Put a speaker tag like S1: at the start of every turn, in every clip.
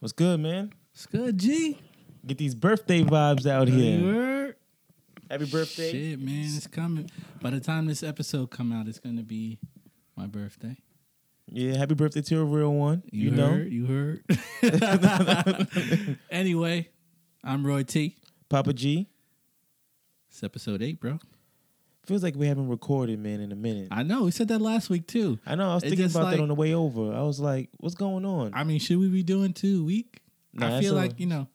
S1: What's good, man?
S2: It's good, G.
S1: Get these birthday vibes out
S2: You
S1: here.
S2: heard?
S1: Happy birthday.
S2: Shit, man, it's coming. By the time this episode come out, it's gonna be my birthday.
S1: Yeah, happy birthday to a real one. You,
S2: You,
S1: know,
S2: heard? You heard? anyway, I'm Roy T.
S1: Papa G.
S2: It's episode eight, bro.
S1: Feels like we haven't recorded, man, in a minute. I,
S2: I know. We said that last week too.
S1: know. I was
S2: It's
S1: thinking
S2: just
S1: about
S2: like-
S1: that on the way over. I was like, what's going on?
S2: I mean, should we be doing two a week?
S1: Nah,
S2: I
S1: that's
S2: feel
S1: a-
S2: like you know.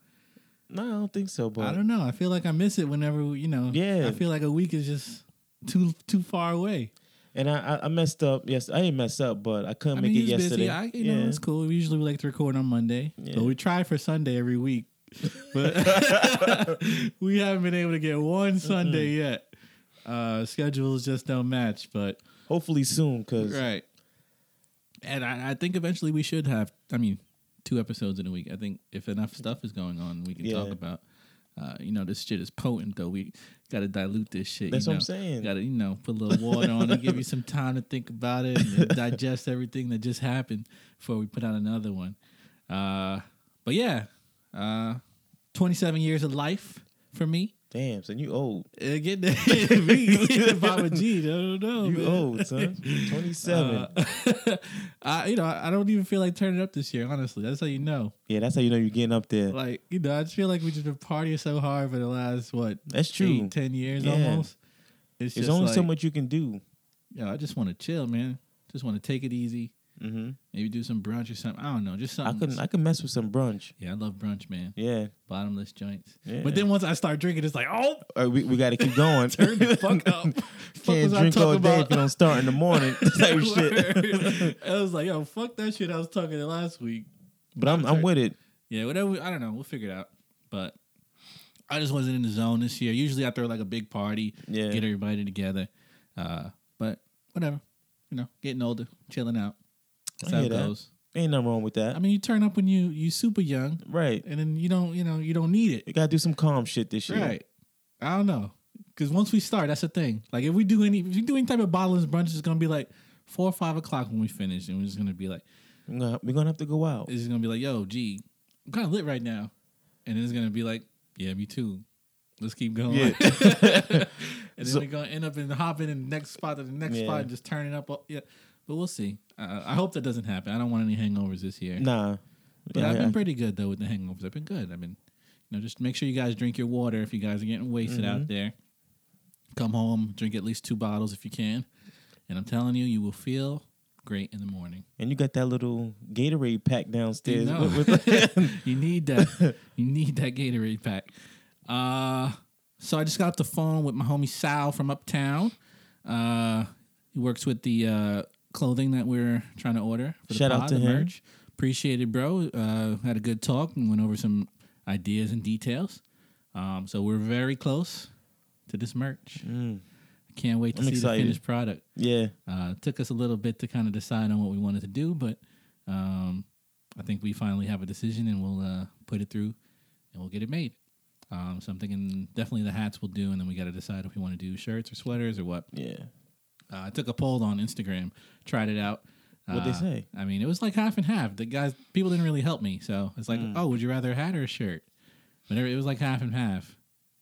S1: no, I don't think so, but
S2: I don't know. I feel like I miss it whenever you know.
S1: Yeah.
S2: I feel like a week is just too too far away.
S1: and I, I I messed up. Yes, I didn't mess up, but I couldn't
S2: I
S1: make
S2: mean,
S1: it
S2: he's
S1: yesterday.
S2: busy. I, you know, it's cool. We usually like to record on Monday,
S1: Yeah.
S2: but we try for Sunday every week. But we haven't been able to get one Sunday yet. Uh, schedules just don't match, but
S1: Hopefully soon, because
S2: right. And I, I think eventually we should have. I mean, two episodes in a week. I think if enough stuff is going on, we can talk
S1: Yeah.
S2: about. Uh, you know, this shit is potent though. We got to dilute this shit.
S1: that's
S2: you
S1: what I'm
S2: know?
S1: saying.
S2: Got to, you know, put a little water on it, give you some time to think about it and digest everything that just happened before we put out another one. Uh, but yeah, uh, 27 years of life for me.
S1: Damn, son, you old.
S2: Uh, get the me, Papa G. I don't know.
S1: You
S2: Oh, man.
S1: old, son. 27.
S2: Uh, I, you know, I I don't even feel like turning up this year. Honestly, that's how you know.
S1: yeah, that's how you know you're getting up there.
S2: Like, you know, I just feel like we just been partying so hard for the last what
S1: that's true.
S2: eight, ten years
S1: Yeah.
S2: almost. It's
S1: There's
S2: just
S1: only so
S2: like-
S1: much you can do.
S2: Yo, I just want to chill, man. Just want to take it easy.
S1: hmm
S2: Maybe do some brunch or something. I don't know. Just
S1: I
S2: something.
S1: could I could mess with some brunch.
S2: yeah, I love brunch, man.
S1: Yeah.
S2: Bottomless joints.
S1: Yeah.
S2: But then once I start drinking, it's like, oh,
S1: All right, we, we got to keep going.
S2: turn the fuck up. fuck
S1: Can't
S2: was
S1: drink
S2: I
S1: all
S2: talking
S1: day
S2: about?
S1: if you don't start in the morning. type shit.
S2: Word. I was like, yo, fuck that shit I was talking to last week.
S1: But I'm I'm with it.
S2: Yeah, whatever. I don't know. We'll figure it out. But I just wasn't in the zone this year. Usually I throw like a big party,
S1: Yeah.
S2: get everybody together. Uh, but whatever. You know, getting older, chilling out. That's
S1: I
S2: how
S1: hear
S2: it
S1: that.
S2: goes.
S1: Ain't nothing wrong with that.
S2: I mean, you turn up when you you super young,
S1: right.
S2: and then you don't you know you don't need it,
S1: You got to do some calm shit this year.
S2: right? I don't know, because once we start, that's the thing. Like if we do any if you do any type of bottomless brunch, it's gonna be like four or five o'clock when we finish, and we're just gonna be like,
S1: We're going to have to go out.
S2: it's just gonna be like, yo, gee, I'm kind of lit right now, and then it's gonna be like, yeah, me too. Let's keep going.
S1: Yeah.
S2: and then
S1: So-
S2: we're gonna end up in hopping in the next spot to the next
S1: Yeah.
S2: spot and just turning up. uh, Yeah, but we'll see. Uh, I hope that doesn't happen. I don't want any hangovers this year.
S1: Nah.
S2: But
S1: Yeah,
S2: I've
S1: I-
S2: been pretty good though with the hangovers. I've been good. I've been, you know, just make sure you guys drink your water if you guys are getting wasted out
S1: Mm-hmm.
S2: there. Come home, drink at least two bottles if you can, and I'm telling you, you will feel great in the morning.
S1: and you got that little Gatorade pack
S2: You,
S1: downstairs.
S2: know.
S1: With- with-
S2: You need that. You need that Gatorade pack. Uh, so I just got off the phone with my homie Sal from Uptown. Uh, he works with the uh, clothing that we're trying to order. For the
S1: Shout out
S2: pod,
S1: to
S2: the
S1: him.
S2: Merch. Appreciate it, bro. Uh, had a good talk and went over some ideas and details. Um, so we're very close to this merch.
S1: Mm,
S2: Can't wait to
S1: I'm
S2: see
S1: excited.
S2: the finished product.
S1: yeah.
S2: Uh, took us a little bit to kind of decide on what we wanted to do, but um, I think we finally have a decision and we'll uh, put it through and we'll get it made. Um, so I'm thinking definitely the hats will do, and then we got to decide if we want to do shirts or sweaters or what.
S1: Yeah.
S2: Uh, I took a poll on Instagram, tried it out.
S1: What'd they
S2: Uh,
S1: say?
S2: I mean, it was like half and half. The guys, people didn't really help me, so it's like,
S1: Hmm.
S2: oh, would you rather a hat or a shirt? But it was like half and half.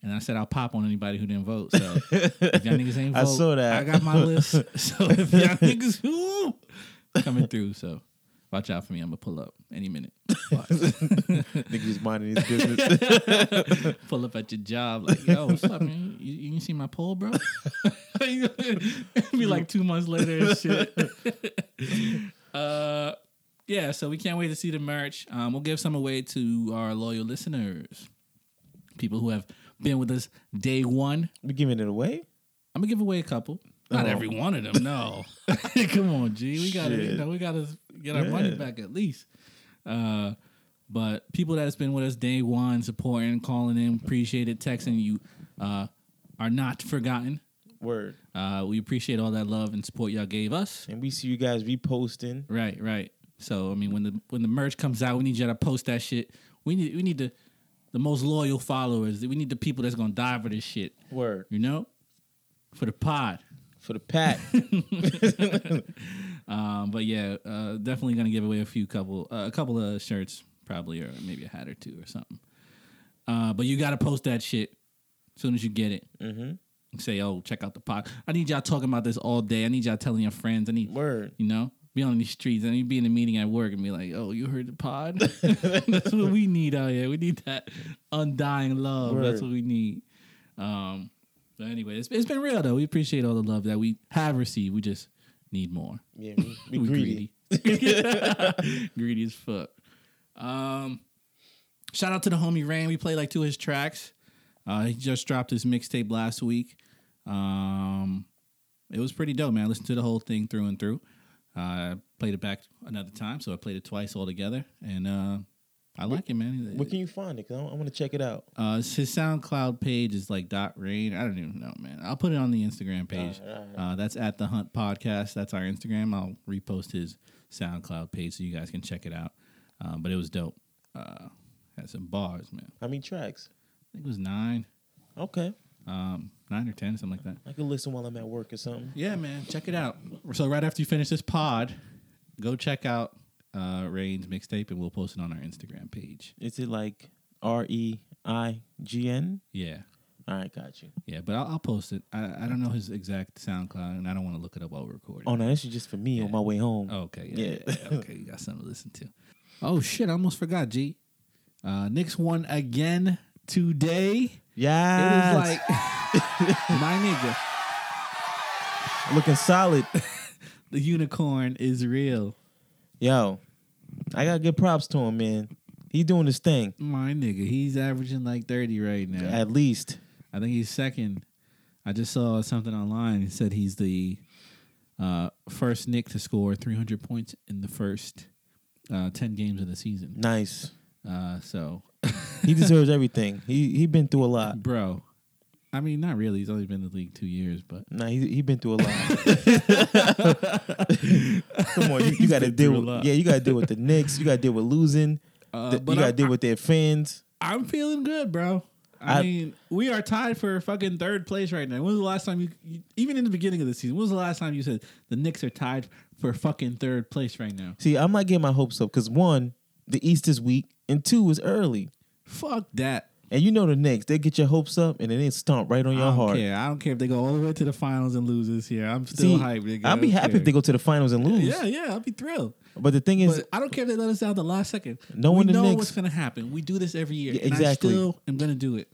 S2: And I said I'll pop on anybody who didn't vote. So if y'all niggas ain't vote,
S1: I saw that.
S2: I got my list. So if y'all niggas who coming through, so watch out for me. I'm gonna pull up any minute.
S1: Nigga just minding his business.
S2: pull up at your job, like, yo, what's up, man? You, you didn't see my poll, bro? It'd be like two months later and shit. uh, yeah, so we can't wait to see the merch. Um, we'll give some away to our loyal listeners, people who have been with us day one.
S1: we giving it away?
S2: I'm gonna give away a couple. Not
S1: Oh.
S2: every one of them, no. Come on, G. We gotta, you
S1: Shit.
S2: know, we gotta get our money
S1: Yeah.
S2: back at least. Uh, but people that's been with us day one, supporting, calling in, appreciate it, texting you, uh, are not forgotten.
S1: Word.
S2: Uh, we appreciate all that love and support y'all gave us.
S1: And we see you guys reposting.
S2: Right, right. So I mean, when the when the merch comes out, we need y'all to post that shit. We need we need the the most loyal followers. We need the people that's gonna die for this shit.
S1: Word.
S2: You know, for the pod.
S1: For the pack.
S2: Um, but yeah, uh, definitely gonna give away a few couple uh, a couple of shirts, probably, or maybe a hat or two or something. Uh, but you got to post that shit as soon as you get it.
S1: Mm-hmm.
S2: And say, oh, check out the pod. I need y'all talking about this all day. I need y'all telling your friends. I need,
S1: Word.
S2: you know, be on the streets. I need to be in a meeting at work and be like, oh, you heard the pod? That's what we need out here. We need that undying love. That's
S1: Word.
S2: what we need. Um, but anyway, it's, it's been real, though. We appreciate all the love that we have received. We just need more.
S1: Yeah, we, we greedy.
S2: greedy. Greedy as fuck. Um, shout out to the homie Rain. We played like two of his tracks. Uh, he just dropped his mixtape last week. Um, it was pretty dope, man. I listened to the whole thing through and through. Uh, played it back another time, so I played it twice altogether, and uh, I like it, man.
S1: Where can you find it? Cause I, want to check it out.
S2: Uh, his SoundCloud page is like dot rain. I don't even know, man. I'll put it on the Instagram page.
S1: All right, all right.
S2: Uh, that's at the Hunt Podcast. That's our Instagram. I'll repost his SoundCloud page so you guys can check it out. Uh, but it was dope. Uh, had some bars, man.
S1: How many tracks?
S2: I think it was nine,
S1: Okay,
S2: um, nine or ten, something like that.
S1: I can listen while I'm at work or something.
S2: Yeah, man, check it out. So right after you finish this pod, go check out uh, Rain's mixtape, and we'll post it on our Instagram page.
S1: Is it like R E I G N?
S2: Yeah,
S1: All right, got you.
S2: yeah, but I'll, I'll post it. I, I don't know his exact SoundCloud, and I don't want to look it up while we're recording.
S1: Oh no, this is just for me on
S2: Yeah.
S1: my way home.
S2: Okay. Yeah.
S1: Yeah.
S2: yeah, yeah. okay. You got something to listen to. Oh shit! I almost forgot. G. Uh, Knicks won again today. It
S1: Yeah,
S2: was like my nigga,
S1: looking solid.
S2: the unicorn is real.
S1: Yo, I gotta give props to him, man. He doing his thing.
S2: My nigga, he's averaging like thirty right now.
S1: At least
S2: I think he's second. I just saw something online. It said he's the uh, first Nick to score three hundred points in the first uh, ten games of the season.
S1: nice.
S2: Uh, so
S1: He deserves everything. He he been through a lot.
S2: bro. I mean, not really. He's only been in the league two years, but
S1: Nah, he he been through a lot. Come on, you, you
S2: He's
S1: got to
S2: been
S1: deal
S2: through a
S1: with
S2: lot.
S1: yeah, you got to deal with the Knicks. You got to deal with losing.
S2: uh,
S1: Th-
S2: but
S1: you got to
S2: I'm,
S1: deal with their fans.
S2: I'm feeling good, bro. I,
S1: I-
S2: mean, we are tied for fucking third place right now. When was the last time you, you- even in the beginning of the season, when was the last time you said the Knicks are tied for fucking third place right now?
S1: See, I'm not getting my hopes up because one, the East is weak, and two is early.
S2: Fuck that.
S1: And you know the Knicks, they get your hopes up and then they stomp right on
S2: I
S1: your
S2: don't
S1: heart.
S2: care. I don't care if they go all the way to the finals and lose this year. I'm still
S1: See,
S2: hyped. Nigga.
S1: I'll be happy if they go to the finals and lose.
S2: Yeah, yeah, I'll be thrilled.
S1: But the thing is,
S2: But I don't care if they let us down at the last second.
S1: No
S2: we
S1: one in
S2: know
S1: Knicks-
S2: what's gonna happen. We do this every year.
S1: Yeah,
S2: And I
S1: exactly.
S2: still am gonna do it.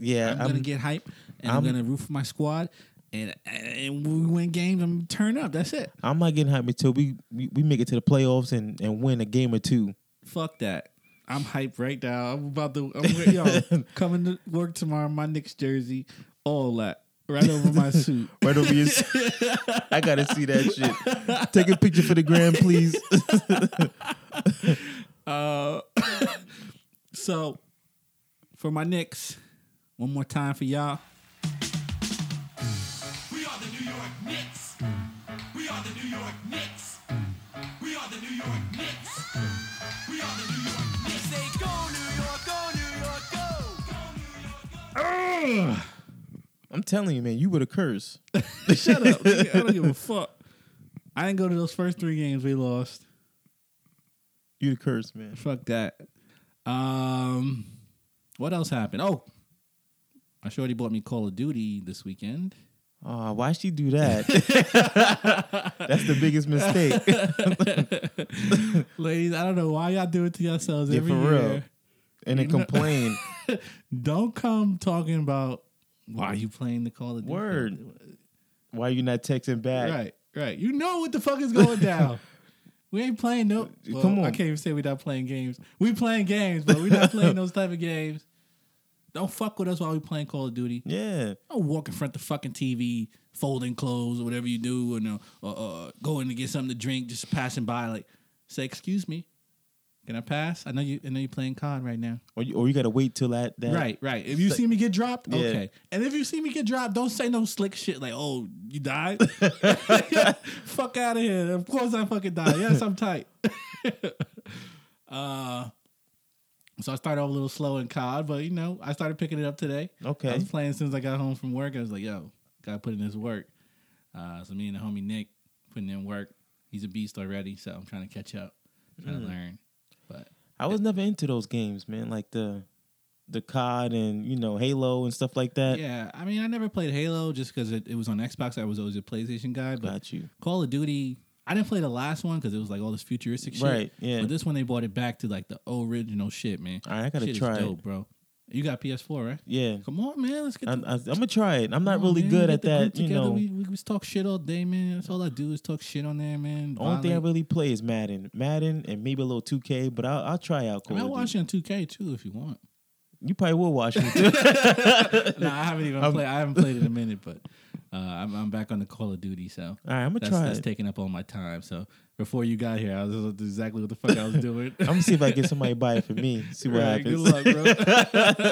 S1: yeah,
S2: I'm, gonna get hype and I'm,
S1: I'm-
S2: gonna root for my squad. And and when we win games, I'm gonna turn up. That's it.
S1: I'm not getting hyped until we, we we make it to the playoffs and and win a game or two.
S2: Fuck that. I'm hype right now. I'm about to. I'm re- yo, coming to work tomorrow. My Knicks jersey, all that right over my suit.
S1: Right over your. I gotta see that shit. Take a picture for the gram, please.
S2: Uh, so for my Knicks, one more time for y'all.
S3: We are the New York Knicks. We are the New York Knicks. We are the New York Knicks. We are the New York Knicks. Say go New York, go New York, go. Go New York, go.
S1: I'm telling you, man, you were the curse.
S2: Shut up. nigga. I don't give a fuck. I didn't go to those first three games we lost.
S1: You the curse, man.
S2: Fuck that. Um, what else happened? Oh, my shorty bought me Call of Duty this weekend.
S1: Ah, why she do that? That's the biggest mistake.
S2: Ladies, I don't know why y'all do it to yourselves
S1: Yeah,
S2: every
S1: for
S2: year.
S1: real. And then complain.
S2: Don't come talking about why you playing the Call of Duty.
S1: Word. Why you not texting back?
S2: Right, right. You know what the fuck is going down. we ain't playing no. Well,
S1: Come on.
S2: I can't even say we're not playing games. We playing games, but we're not playing those type of games. Don't fuck with us while we playing Call of Duty.
S1: Yeah.
S2: Don't walk in front of the fucking TV, folding clothes or whatever you do, and uh, uh, uh, going to get something to drink, just passing by. Like, say, excuse me, can I pass? I know you. I know you're playing COD right now.
S1: Or you, or you gotta wait till that. that
S2: Right, right. If you see me get dropped,
S1: Yeah.
S2: okay. And if you see me get dropped, don't say no slick shit like, "Oh, you died." Fuck out of here. Of course I fucking died. Yes, I'm tight. uh, so I started off a little slow in COD, but you know, I started picking it up today. I
S1: Okay.
S2: was playing as soon as I got home from work. I was like, "Yo, gotta put in this work." Uh, so me and the homie Nick
S1: Mm.
S2: putting in work. He's a beast already, so I'm trying to catch up, trying to learn. But
S1: I was never into those games, man. Like the the COD and you know Halo and stuff like that.
S2: Yeah, I mean, I never played Halo just because it, it was on Xbox. I was always a PlayStation guy, but
S1: Got you.
S2: Call of Duty. I didn't play the last one because it was like all this futuristic shit.
S1: Right, yeah.
S2: But this one they brought it back to like the original shit, man.
S1: All right, I gotta
S2: Shit is
S1: try it.
S2: dope, bro. You got PS4, right?
S1: Yeah,
S2: Come on, man. Let's get.
S1: I,
S2: the-
S1: I, I'm gonna try it. I'm not
S2: Come on,
S1: really
S2: man,
S1: good
S2: get
S1: at
S2: the group
S1: that. You
S2: together.
S1: know,
S2: we, we just talk shit all day, man. That's all I do is talk shit on there, man.
S1: only thing I
S2: Violate.
S1: really play is Madden, Madden, and maybe a little 2K. But I'll, I'll try out
S2: I
S1: Call
S2: mean, I
S1: of
S2: watch
S1: Duty.
S2: it on 2K too if you want.
S1: You probably will watch it too.
S2: no, I haven't even
S1: I'm-
S2: played. I haven't played in a minute, but uh, I'm, I'm back on the Call of Duty, so
S1: All right, I'm gonna
S2: that's,
S1: try
S2: that's
S1: it.
S2: taking up all my time. So before you got here, I was this is exactly what the fuck I was doing.
S1: I'm gonna see if I can get somebody to buy it for me. See what
S2: Right,
S1: happens.
S2: Good luck,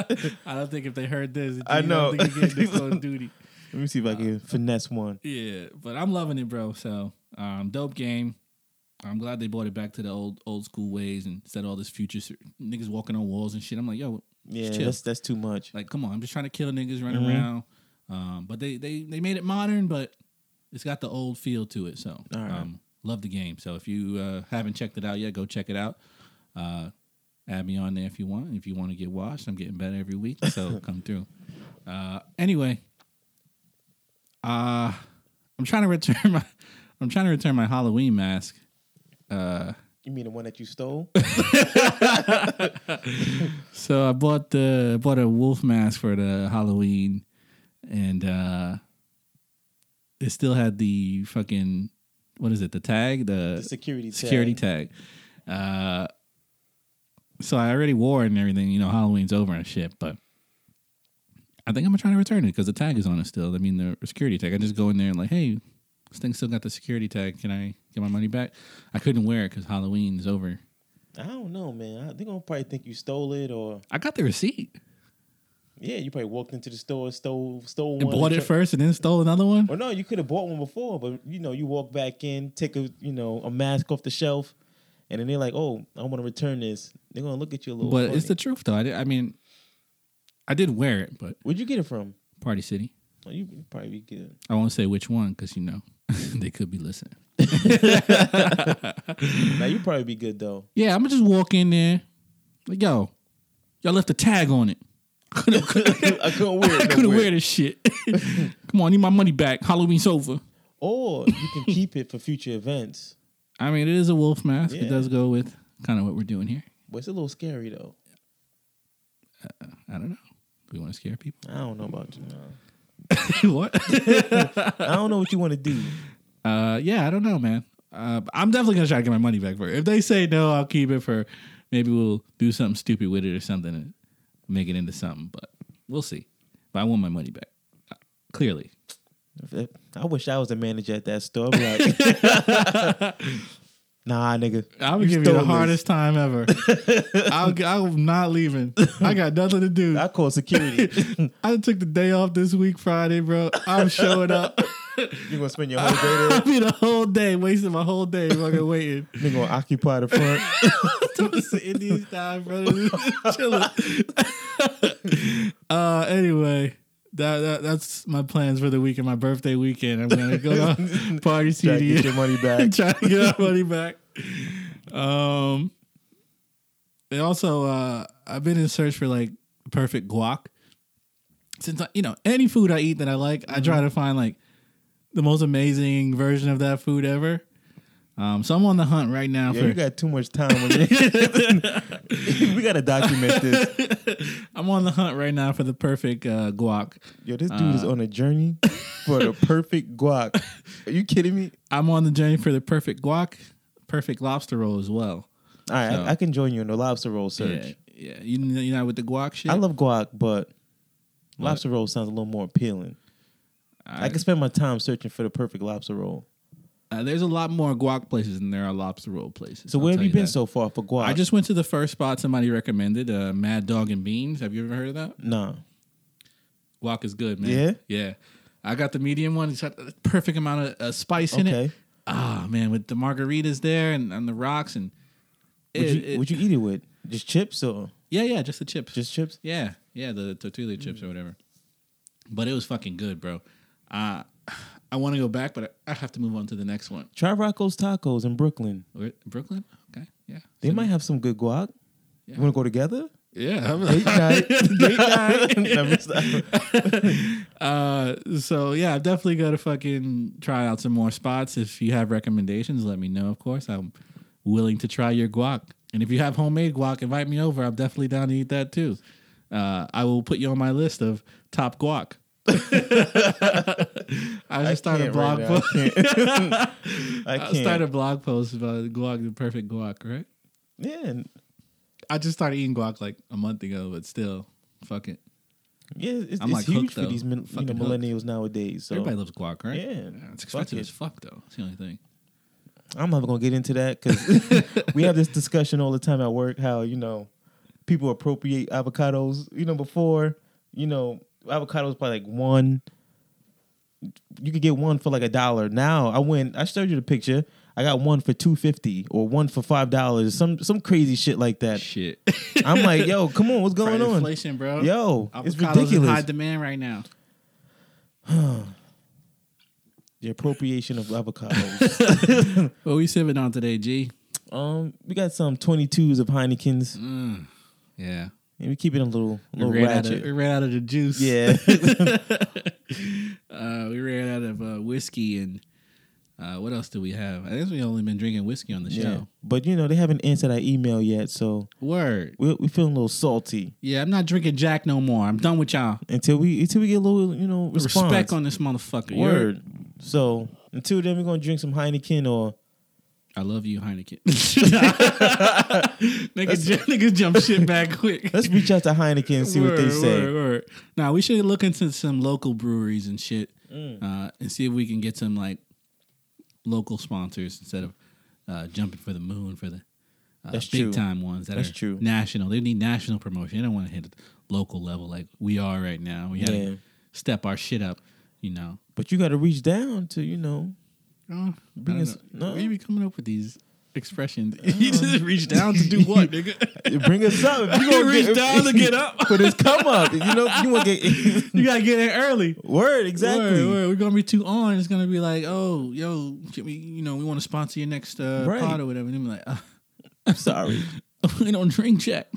S2: bro. I don't think if they heard this,
S1: I know.
S2: I don't think again, this Call of Duty.
S1: Let me see if I can finesse one.
S2: Yeah, but I'm loving it, bro. So um, dope game. I'm glad they brought it back to the old old school ways and said all this future shit. niggas walking on walls and shit. I'm like, yo,
S1: Yeah,
S2: chill.
S1: that's that's too much.
S2: Like, come on, I'm just trying to kill niggas, run
S1: Mhm.
S2: around. Um, but they they they made it modern, but it's got the old feel to it. So,
S1: All right.
S2: um, love the game. So if you uh, haven't checked it out yet, go check it out. Uh, add me on there if you want. If you want to get washed, I'm getting better every week, so come through. Uh, anyway, uh, I'm trying to return my I'm trying to return my Halloween mask. Uh,
S1: You mean the one that you stole?
S2: So I bought the bought a wolf mask for the Halloween, and uh it still had the fucking what is it? The tag, the,
S1: The security tag.
S2: security tag. Uh, so I already wore it and everything. You know, Halloween's over and shit, but. I think I'm gonna try to return it because the tag is on it still. I mean, the security tag. I just go in there and like, hey, this thing still got the security tag. Can I get my money back? I couldn't wear it because Halloween is over.
S1: I don't know, man. I think I'll probably think you stole it, or
S2: I got the receipt.
S1: yeah, you probably walked into the store, stole stole
S2: and
S1: one,
S2: bought it
S1: try-
S2: first and then stole another one.
S1: Or no, you could have bought one before, but you know, you walk back in, take a you know a mask off the shelf, and then they're like, "Oh, I want to return this." They're gonna look at you a little.
S2: But it's the
S1: funny.
S2: truth, though. I, did, I mean, I did wear it, but
S1: Where'd you get it from?
S2: Party City.
S1: Oh, you you probably be good.
S2: I won't say which one because you know they could be listening.
S1: Now you probably be good though.
S2: Yeah, I'm gonna just walk in there. Like, yo, y'all left a tag on it. Could've-
S1: I couldn't wear it.
S2: I couldn't wear this shit. Come on, I need my money back. Halloween's over.
S1: Or you can keep it for future events.
S2: I mean, it is a wolf mask.
S1: Yeah.
S2: It does go with kind of what we're doing here.
S1: But it's a little scary though.
S2: I don't know. We want to scare people.
S1: I don't know about you. No.
S2: what?
S1: I don't know what you want to do.
S2: Uh, yeah, I don't know, man. Uh, I'm definitely gonna try to get my money back for it. If they say no, I'll keep it for. Maybe we'll do something stupid with it or something and make it into something. But we'll see. But I want my money back. Uh, clearly,
S1: If- if- I wish I was the manager at that store. I'd be like, nah, nigga.
S2: I would give you the
S1: stole this.
S2: hardest time ever. I'll, I'm not leaving. I got nothing to do.
S1: I call security.
S2: I took the day off this week, Friday, bro. I'm showing up.
S1: You're gonna spend your whole day
S2: I'll be the whole day wasting my whole day fucking waiting.
S1: there. You're gonna occupy the front.
S2: Toast to Indian style, brother. Chilling. uh, anyway, that, that that's my plans for the weekend. My birthday weekend, I'm gonna go to party
S1: Try to
S2: CD
S1: get your money back.
S2: and try to get our money back. Um, and also, uh, I've been in search for like perfect guac. Since I, you know any food I eat that I like, I try
S1: Mm-hmm.
S2: to find like the most amazing version of that food ever. Um, so I'm on the hunt right now
S1: Yeah,
S2: for
S1: you got too much time. On your- we gotta document this.
S2: I'm on the hunt right now for the perfect uh, guac.
S1: Yo, this dude is
S2: Uh.
S1: on a journey for the perfect guac. Are you kidding me?
S2: I'm on the journey for the perfect guac, perfect lobster roll as well.
S1: All right,
S2: So-
S1: I, I can join you in the lobster roll search.
S2: Yeah, yeah. You you not with the guac shit.
S1: I love guac, but lobster roll sounds a little more appealing. I,
S2: I-
S1: can spend my time searching for the perfect lobster roll.
S2: Uh, there's a lot more guac places than there are lobster roll places.
S1: So
S2: I'll
S1: where
S2: tell
S1: have you been
S2: that.
S1: so far for guac?
S2: I just went to the first spot somebody recommended, uh, Mad Dog and Beans. Have you ever heard of that?
S1: nah.
S2: Guac is good, man.
S1: Yeah?
S2: yeah. I got the medium one. It's got the perfect amount of uh, spice in
S1: Okay.
S2: it. Ah, man, with the margaritas there and on the rocks and.
S1: Would
S2: it-
S1: you,
S2: it-
S1: would you eat it with just chips or
S2: yeah, yeah, just the chips.
S1: just chips?
S2: Yeah, yeah, the tortilla chips or whatever. But it was fucking good, bro. Uh, I want to go back, but I, I have to move on to the next one.
S1: Try Rocco's Tacos in Brooklyn.
S2: Where- Brooklyn? Okay, yeah.
S1: They might have some good guac. You want to go together?
S2: Yeah. I'm-
S1: Date night. Date night. Never stop.
S2: Uh, so yeah, I've definitely got to fucking try out some more spots. If you have recommendations, let me know. Of course, I'm willing to try your guac. And if you have homemade guac, invite me over. I'm definitely down to eat that too. Uh, I will put you on my list of top guac. I just started a blog
S1: right now.
S2: post.
S1: I can't. I
S2: I
S1: can't.
S2: started a blog post about guac, the perfect guac, right?
S1: yeah,
S2: I just started eating guac like a month ago, but still, fuck it.
S1: yeah. It's,
S2: I'm
S1: it's
S2: like
S1: huge
S2: hooked,
S1: for
S2: though.
S1: these min, you know,
S2: Fucking hooked.
S1: millennials nowadays. So
S2: Everybody loves guac, right?
S1: Yeah,
S2: it's
S1: fuck
S2: expensive
S1: it.
S2: as fuck though. It's the only thing.
S1: I'm never gonna get into that because we have this discussion all the time at work. How you know people appropriate avocados. You know, before you know avocados probably like one. You could get one for like a dollar. Now I went. I showed you the picture. I got one for two fifty or one for five dollars. Some some crazy shit like that.
S2: Shit.
S1: I'm like, yo, come on, what's going
S2: Right,
S1: on?
S2: Inflation, bro.
S1: Yo,
S2: Avocados
S1: it's
S2: in high
S1: ridiculous.
S2: demand right now.
S1: the appropriation of avocados.
S2: What we sipping on today, G?
S1: um, we got some 22s of Heinekens,
S2: Yeah.
S1: and we keep it a little, a
S2: Mm. We
S1: little
S2: ran, out of, we
S1: ratchet.
S2: ran out of the juice.
S1: Yeah,
S2: Uh, we ran out of uh, whiskey and uh, what else do we have? I think we only been drinking whiskey on the show.
S1: yeah. But you know, they haven't answered our email yet, so
S2: Word.
S1: we're, we're feeling a little salty
S2: Yeah, I'm not drinking Jack no more. I'm done with y'all.
S1: until we until we get a little, you know, response.
S2: Respect on this motherfucker. You heard?
S1: word. So until then, we're gonna drink some Heineken or
S2: I love you, Heineken. nigga, ju- nigga jump shit back quick.
S1: let's reach out to Heineken and see what they
S2: Word,
S1: say.
S2: word, word. Now we should look into some local breweries and shit,
S1: Mm.
S2: uh, and see if we can get some like local sponsors instead of uh, jumping for the moon for the uh,
S1: That's
S2: big
S1: true.
S2: time ones that
S1: That's
S2: are
S1: true.
S2: national. They need national promotion. They don't want to hit a local level like we are right now. We got to
S1: Yeah.
S2: step our shit up, you know.
S1: But you got to reach down to you know.
S2: Oh,
S1: Bring us- no.
S2: Where you be coming up with these expressions? you just reach down to do what, nigga?
S1: Bring us up. If
S2: you
S1: gonna
S2: reach
S1: get-
S2: down to get up.
S1: for this come up. You know, you want to get
S2: you gotta get in early.
S1: word exactly.
S2: Word, word. We're gonna be too on. It's gonna be like, oh, yo, can we, you know, we want to sponsor your next uh,
S1: Right.
S2: pod or whatever. And I'm like, uh,
S1: I'm sorry,
S2: we don't drink Jack.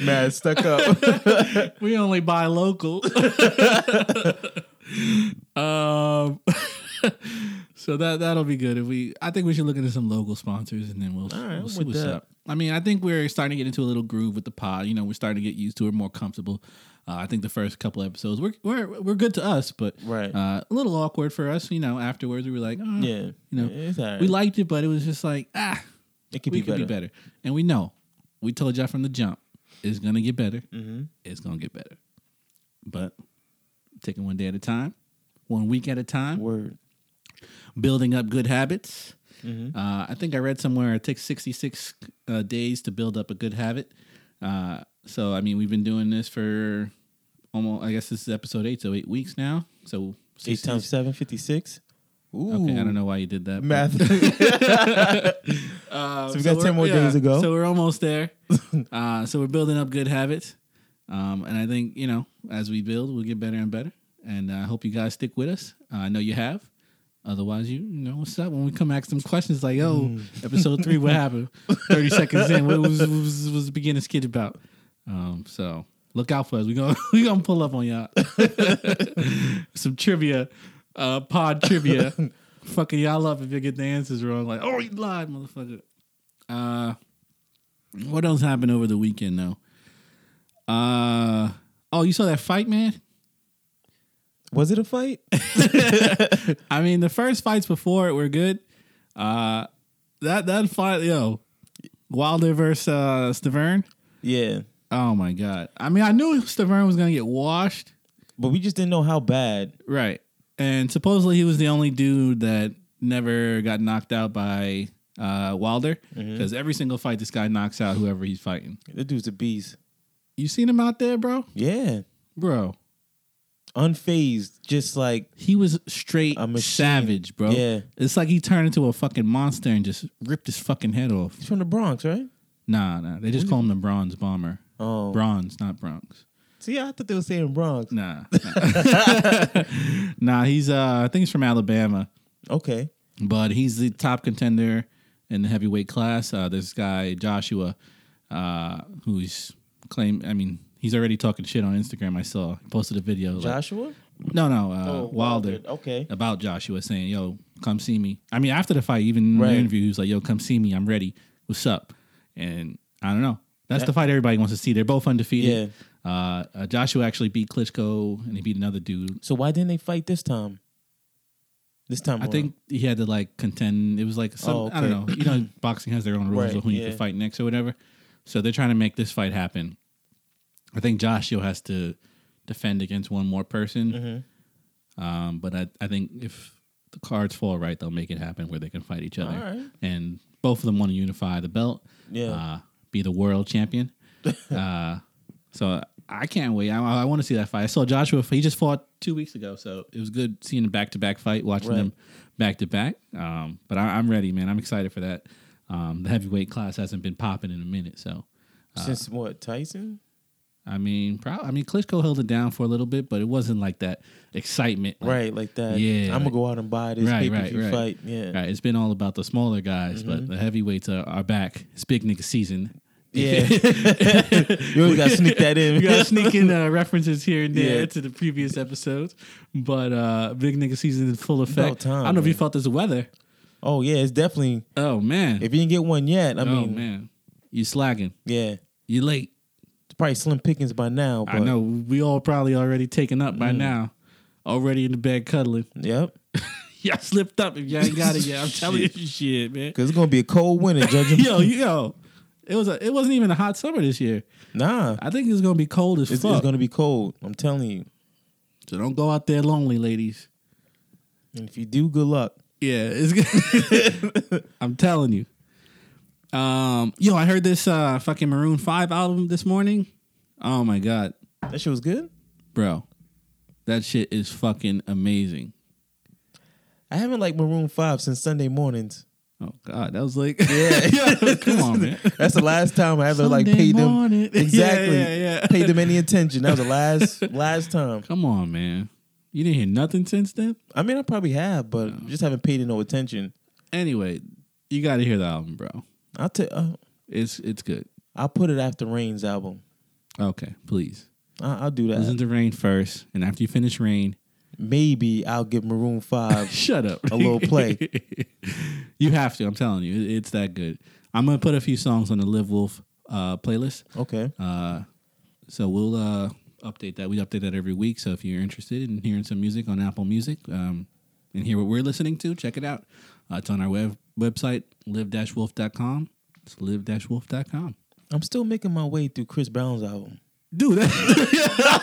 S1: man, stuck up.
S2: we only buy local. um, so that that'll be good if we. I think we should look into some local sponsors and then we'll,
S1: All right,
S2: we'll
S1: I'm
S2: see
S1: with
S2: what's
S1: that.
S2: up. I mean, I think we're starting to get into a little groove with the pod. You know, we're starting to get used to it, more comfortable. Uh, I think the first couple episodes we're we're we're good to us, but
S1: Right.
S2: uh, a little awkward for us. You know, afterwards we were like, oh,
S1: yeah,
S2: you know,
S1: it's all right.
S2: we liked it, but it was just like ah,
S1: it could
S2: we
S1: be
S2: could
S1: better.
S2: be better. And we know, we told y'all from the jump, it's gonna get better. Mm-hmm. It's gonna get better. But taking one day at a time, one week at a time,
S1: Word.
S2: building up good habits.
S1: Mm-hmm.
S2: Uh, I think I read somewhere it takes 66 uh, days to build up a good habit. Uh, so, I mean, we've been doing this for almost, I guess this is episode eight, so eight weeks now. So,
S1: Eight
S2: 60
S1: times seven, fifty-six. Ooh,
S2: Okay, I don't know why you did that. but-
S1: math. so we got
S2: Uh, we're-
S1: ten more days
S2: yeah,
S1: to go.
S2: So we're almost there. uh, so we're building up good habits. Um, and I think, you know, as we build, we'll get better and better. And uh, I hope you guys stick with us. Uh, I know you have. Otherwise, you, you know what's up. When we come ask some questions like, oh,
S1: Mm.
S2: episode three, what happened? 30 seconds in, what was, what was, what was the beginning skit about? Um, so look out for us. We're going to we gonna pull up on y'all. some trivia, uh, pod trivia. Fucking y'all up if you get the answers wrong. Like, oh, you lied, motherfucker. Uh, what else happened over the weekend though? Uh, oh, you saw that fight, man.
S1: Was it a fight?
S2: I mean, the first fights before it were good. Uh, that that fight, yo, Wilder versus uh, Stavern.
S1: yeah,
S2: Oh my god. I mean, I knew Stavern was gonna get washed,
S1: but we just didn't know how bad.
S2: right? And supposedly he was the only dude that never got knocked out by uh, Wilder because every single fight this guy knocks out whoever he's fighting.
S1: The dude's a beast.
S2: You seen him out there, bro?
S1: Yeah,
S2: Bro,
S1: unfazed, just like
S2: He was straight
S1: A machine.
S2: savage, bro.
S1: Yeah.
S2: It's like he turned into a fucking monster and just ripped his fucking head off.
S1: he's from the Bronx, right?
S2: Nah, nah. They just call him the Bronze Bomber.
S1: Oh,
S2: Bronze, not Bronx.
S1: see, I thought they were saying Bronx.
S2: Nah. nah, he's uh I think he's from Alabama,
S1: Okay,
S2: but he's the top contender in the heavyweight class. Uh, this guy Joshua, uh, who's claim. I mean, he's already talking shit on Instagram. I saw he posted a video. like-
S1: Joshua?
S2: no, no, uh,
S1: Oh,
S2: Wilder.
S1: Wilder. Okay.
S2: About Joshua saying, "Yo, come see me." I mean, after the fight, even in
S1: Right.
S2: the interview, he was like, "Yo, come see me. I'm ready. What's up?" And I don't know. That's the fight everybody wants to see. They're both undefeated. Uh, uh, Joshua actually beat Klitschko, and he beat another dude.
S1: So why didn't they fight this time? This time,
S2: I think he had to like contend. It was like some,
S1: Oh,
S2: I don't know.
S1: okay.
S2: You know, boxing has their own rules
S1: Right,
S2: of who you
S1: yeah.
S2: can fight next or whatever. So they're trying to make this fight happen. I think Joshua has to defend against one more person.
S1: hmm
S2: Um, but I, I think if the cards fall right, they'll make it happen where they can fight each other.
S1: All right.
S2: And both of them want to unify the belt,
S1: Yeah.
S2: uh, be the world champion. uh, so I can't wait. I, I want to see that fight. I saw Joshua, he just fought two weeks ago. So it was good seeing a back to back fight, watching
S1: Right.
S2: them back to back. Um, But I, I'm ready, man. I'm excited for that. Um, the heavyweight class hasn't been popping in a minute. So, uh,
S1: Since what Tyson?
S2: I mean, probably, I mean, Klitschko held it down for a little bit, but it wasn't like that excitement. like,
S1: right, like that.
S2: yeah,
S1: I'm
S2: like-
S1: gonna go out and buy this
S2: Right,
S1: pay per view
S2: right, right.
S1: fight. Yeah, Mm-hmm.
S2: Right, it's been all about the smaller guys, but the heavyweights are, are back. It's big nigga season.
S1: yeah. you always gotta sneak that in.
S2: You gotta sneak in uh, references here and there
S1: Yeah.
S2: to the previous episodes, but uh, big nigga season in full effect.
S1: time,
S2: I don't know if you
S1: man.
S2: felt this weather.
S1: oh yeah, it's definitely.
S2: Oh man!
S1: If you didn't get one yet, I
S2: oh
S1: mean,
S2: man, you slacking.
S1: yeah, it's
S2: You late.
S1: probably slim pickings by now. But,
S2: I
S1: Mm.
S2: know. We all probably already taken up by now. Already in the bed cuddling.
S1: Yep,
S2: Y'all slipped up if y'all ain't got it yet. I'm telling you, shit, man.
S1: because it's gonna be a cold winter, judging.
S2: Yo, yo, it was a, it wasn't even a hot summer this year.
S1: nah,
S2: I think it's gonna be cold as
S1: it's,
S2: fuck.
S1: it's gonna be cold. I'm telling you.
S2: So don't go out there lonely, ladies.
S1: And if you do, good luck.
S2: Yeah, it's good. I'm telling you. Um, yo, I heard this uh fucking Maroon Five album this morning. Oh my god,
S1: That shit was good.
S2: bro, that shit is fucking amazing.
S1: I haven't liked Maroon Five since Sunday mornings.
S2: Oh god, that was like,
S1: Yeah.
S2: Yo, come on, man.
S1: That's the last time I ever like
S2: Sunday
S1: paid them
S2: morning. Yeah,
S1: exactly
S2: yeah, yeah.
S1: paid them any attention. That was the last last time.
S2: Come on, man. You didn't hear nothing since then.
S1: I mean, I probably have, but just haven't paid it no attention.
S2: Anyway, you got to hear the album, bro.
S1: I'll t- uh,
S2: It's it's good.
S1: I'll put it after Rain's album.
S2: Okay, please
S1: I- I'll do that.
S2: listen to Rain first, and after you finish Rain,
S1: Maybe I'll give Maroon Five.
S2: Shut up.
S1: A little play.
S2: you have to. I'm telling you, it- it's that good. I'm gonna put a few songs on the Live Wolf uh, playlist.
S1: okay,
S2: Uh, so we'll uh, update that. We update that every week. So if you're interested in hearing some music on Apple Music um, and hear what we're listening to, check it out. Uh, it's on our web website live-wolf.com. It's live-wolf.com.
S1: I'm still making my way through Chris Brown's album.
S2: Dude, that,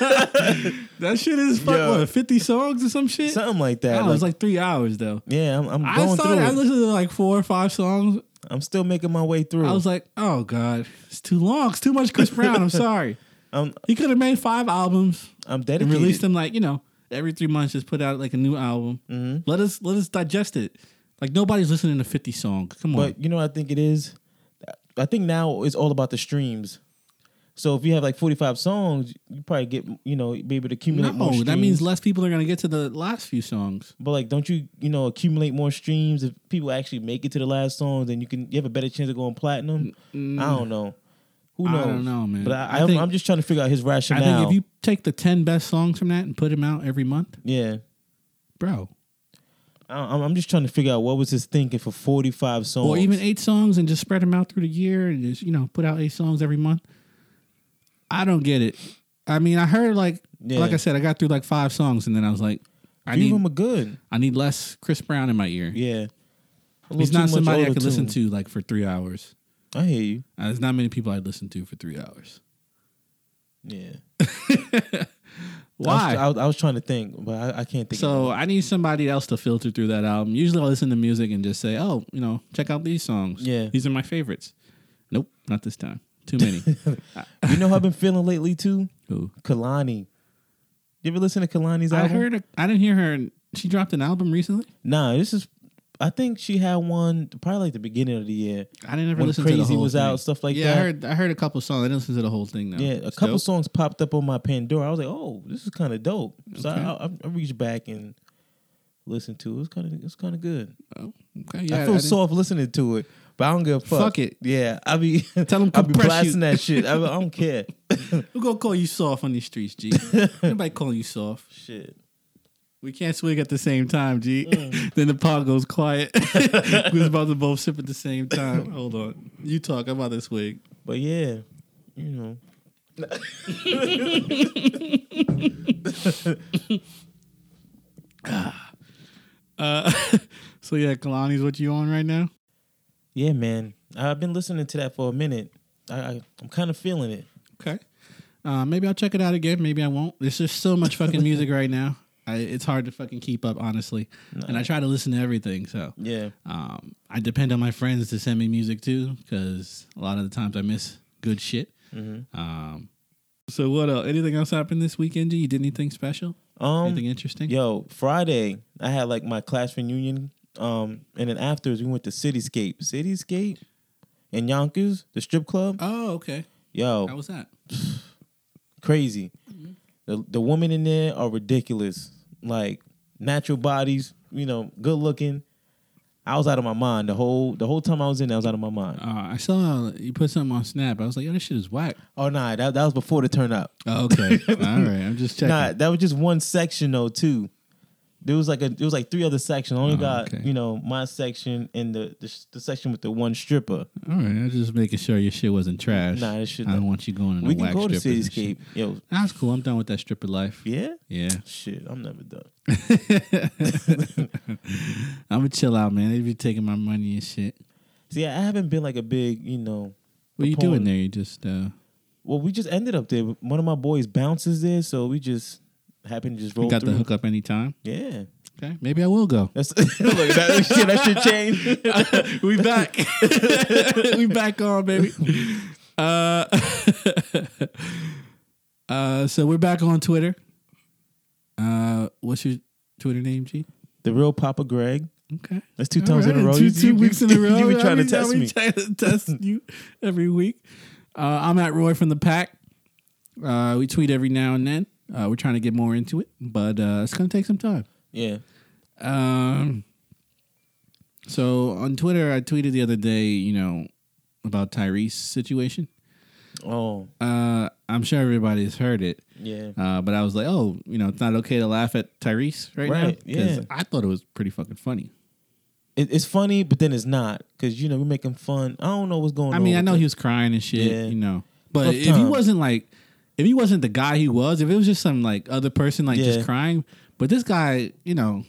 S2: that shit is fuck,
S1: Yo.
S2: what, 50 songs or some shit?
S1: Something like that.
S2: oh,
S1: like,
S2: it's like three hours though.
S1: yeah, I'm, I'm
S2: I
S1: going
S2: started. I
S1: through. It.
S2: listened to like four or five songs.
S1: I'm still making my way through.
S2: I was like, oh god, it's too long. It's too much Chris Brown. I'm sorry.
S1: I'm
S2: He could have made five albums
S1: Um, I'm
S2: and
S1: dedicated.
S2: released them like you know every three months. Just put out like a new album.
S1: Mhm.
S2: Let us let us digest it. Like nobody's listening to fifty songs. Come on.
S1: But you know, what I think it is. I think now it's all about the streams. So if you have like 45 songs, you probably get you know be able to accumulate more.
S2: no,
S1: Streams.
S2: that means less people are gonna get to the last few songs.
S1: But like, don't you you know accumulate more streams if people actually make it to the last songs? Then you can you have a better chance of going platinum. I don't know. Who
S2: I
S1: knows?
S2: don't know, man.
S1: But I,
S2: I
S1: I am
S2: think-
S1: I'm just trying to figure out his
S2: I
S1: rationale.
S2: think if you take the ten best songs from that and put them out every month,
S1: yeah.
S2: bro,
S1: I- I'm I'm just trying to figure out what was his thinking for 45 songs.
S2: or even eight songs and just spread them out through the year and just you know put out eight songs every month. I don't get it. I mean, I heard like
S1: Yeah.
S2: like I said, I got through like five songs and then I was like, I
S1: Give
S2: need
S1: him a good.
S2: I need less Chris Brown in my ear.
S1: Yeah. A little
S2: He's
S1: too
S2: not
S1: much
S2: somebody I could
S1: auto-tune.
S2: listen to like for three hours.
S1: I hear you.
S2: Uh, There's not many people I'd listen to for three hours.
S1: Yeah. I
S2: Why?
S1: was, I was, I was trying to think, but I, I can't think.
S2: so
S1: of
S2: I need somebody else to filter through that album. Usually I'll listen to music and just say, oh, you know, check out these songs.
S1: Yeah.
S2: These are my favorites. Nope, not this time. Too many.
S1: it. you know who I've been feeling lately too?
S2: Ooh.
S1: Kalani. You ever listen to Kalani's
S2: I
S1: album?
S2: heard. A, I didn't hear her. She dropped an album recently.
S1: Nah, this is. I think she had one probably like the beginning of the year.
S2: I didn't ever
S1: When
S2: listen to the
S1: Crazy
S2: whole
S1: was
S2: thing.
S1: out, stuff like
S2: yeah,
S1: that.
S2: I heard. I heard a couple songs. I didn't listen to the whole thing though.
S1: Yeah, a
S2: It's
S1: couple
S2: dope.
S1: songs popped up on my Pandora. I was like, oh, this is kind of dope. So
S2: Okay.
S1: I, I, I reached back and listened to it. It was kind of it's kind of good.
S2: Oh, okay. Yeah,
S1: I feel
S2: didn't-
S1: soft listening to it, But I don't give a fuck.
S2: Fuck it.
S1: Yeah, I be
S2: Tell 'em
S1: I be
S2: compress you.
S1: blasting that shit. I, be- I don't care.
S2: We're gonna call you soft on these streets, G. Nobody calling you soft.
S1: shit.
S2: We can't swig at the same time, G.
S1: Mm.
S2: then the pod goes quiet. we was about to both sip at the same time. Hold on. You talk I'm about this swig.
S1: But yeah, you know.
S2: Uh, so yeah, Kalani's what you on right now?
S1: Yeah, man. I've been listening to that for a minute. I, I I'm kind of feeling it.
S2: Okay. Uh, maybe I'll check it out again. Maybe I won't. There's just so much fucking music right now. I, it's hard to fucking keep up, honestly. And I try to listen to everything. So
S1: Yeah.
S2: um, I depend on my friends to send me music too, because a lot of the times I miss good shit. Um, so what else? Anything else happened this weekend? G? You did anything special?
S1: Um.
S2: anything interesting?
S1: Yo, Friday I had like my class reunion. Um, and then afterwards we went to Cityscape, Cityscape, and Yonkers, the strip club.
S2: Oh, okay.
S1: Yo,
S2: How was that?
S1: crazy.
S2: Mm-hmm.
S1: The the women in there are ridiculous. Like natural bodies, you know, good looking. I was out of my mind the whole the whole time I was in. there, I was out of my mind.
S2: Uh, I saw you put something on Snap. I was like, yo, this shit is whack.
S1: Oh nah, that that was before the turn up.
S2: Oh, okay. All right. I'm just checking.
S1: Nah, that was just one section though too. There was like a there was like three other sections. I only
S2: Oh,
S1: got
S2: okay.
S1: you know my section and the, the the section with the one
S2: All
S1: stripper.
S2: right. I'm just making sure your shit wasn't trash.
S1: Nah, this shit
S2: I don't
S1: not-
S2: want you going in
S1: we
S2: the
S1: can
S2: whack
S1: go to
S2: strippers and
S1: Cityscape.
S2: shit.
S1: Yo,
S2: That's cool. I'm done with that stripper life.
S1: yeah,
S2: Yeah.
S1: shit, I'm never done.
S2: I'm gonna chill out, man. They be taking my money and shit.
S1: See, I haven't been like a big you know.
S2: What you doing
S1: proponent.
S2: there? You just uh,
S1: Well, we just ended up there. One of my boys bounces there, so we just happened to just roll
S2: you got
S1: through.
S2: the hookup anytime.
S1: Yeah,
S2: Okay, maybe I will go.
S1: that's look that shit. That shit changed.
S2: we back. we back on, baby. Uh, uh, so we're back on Twitter. Uh, what's your Twitter name, G?
S1: The real Papa Greg.
S2: Okay.
S1: That's two times in a
S2: Alright,
S1: row.
S2: Two,
S1: You-
S2: two
S1: you-
S2: weeks in a row.
S1: You were
S2: I
S1: trying to
S2: mean,
S1: test
S2: I mean,
S1: me.
S2: trying to test you every week. Uh, I'm at Roy from the Pack. Uh, we tweet every now and then. Uh, we're trying to get more into it, but uh, it's going to take some time.
S1: Yeah.
S2: Um, so on Twitter, I tweeted the other day, you know, about Tyrese's situation.
S1: Oh,
S2: Uh, I'm sure everybody's heard it,
S1: yeah.
S2: uh, but I was like, oh, you know, it's not okay to laugh at Tyrese right, now.
S1: Right,
S2: 'Cause
S1: yeah.
S2: I thought it was pretty fucking funny.
S1: It, it's funny, but then it's not because you know we're making fun. I don't know what's going on.
S2: I mean, I
S1: with
S2: know
S1: it.
S2: he was crying and shit,
S1: Yeah.
S2: you know. But
S1: Tough
S2: if he
S1: time.
S2: wasn't like, if he wasn't the guy he was, if it was just some like other person like
S1: Yeah.
S2: just crying, but this guy, you know,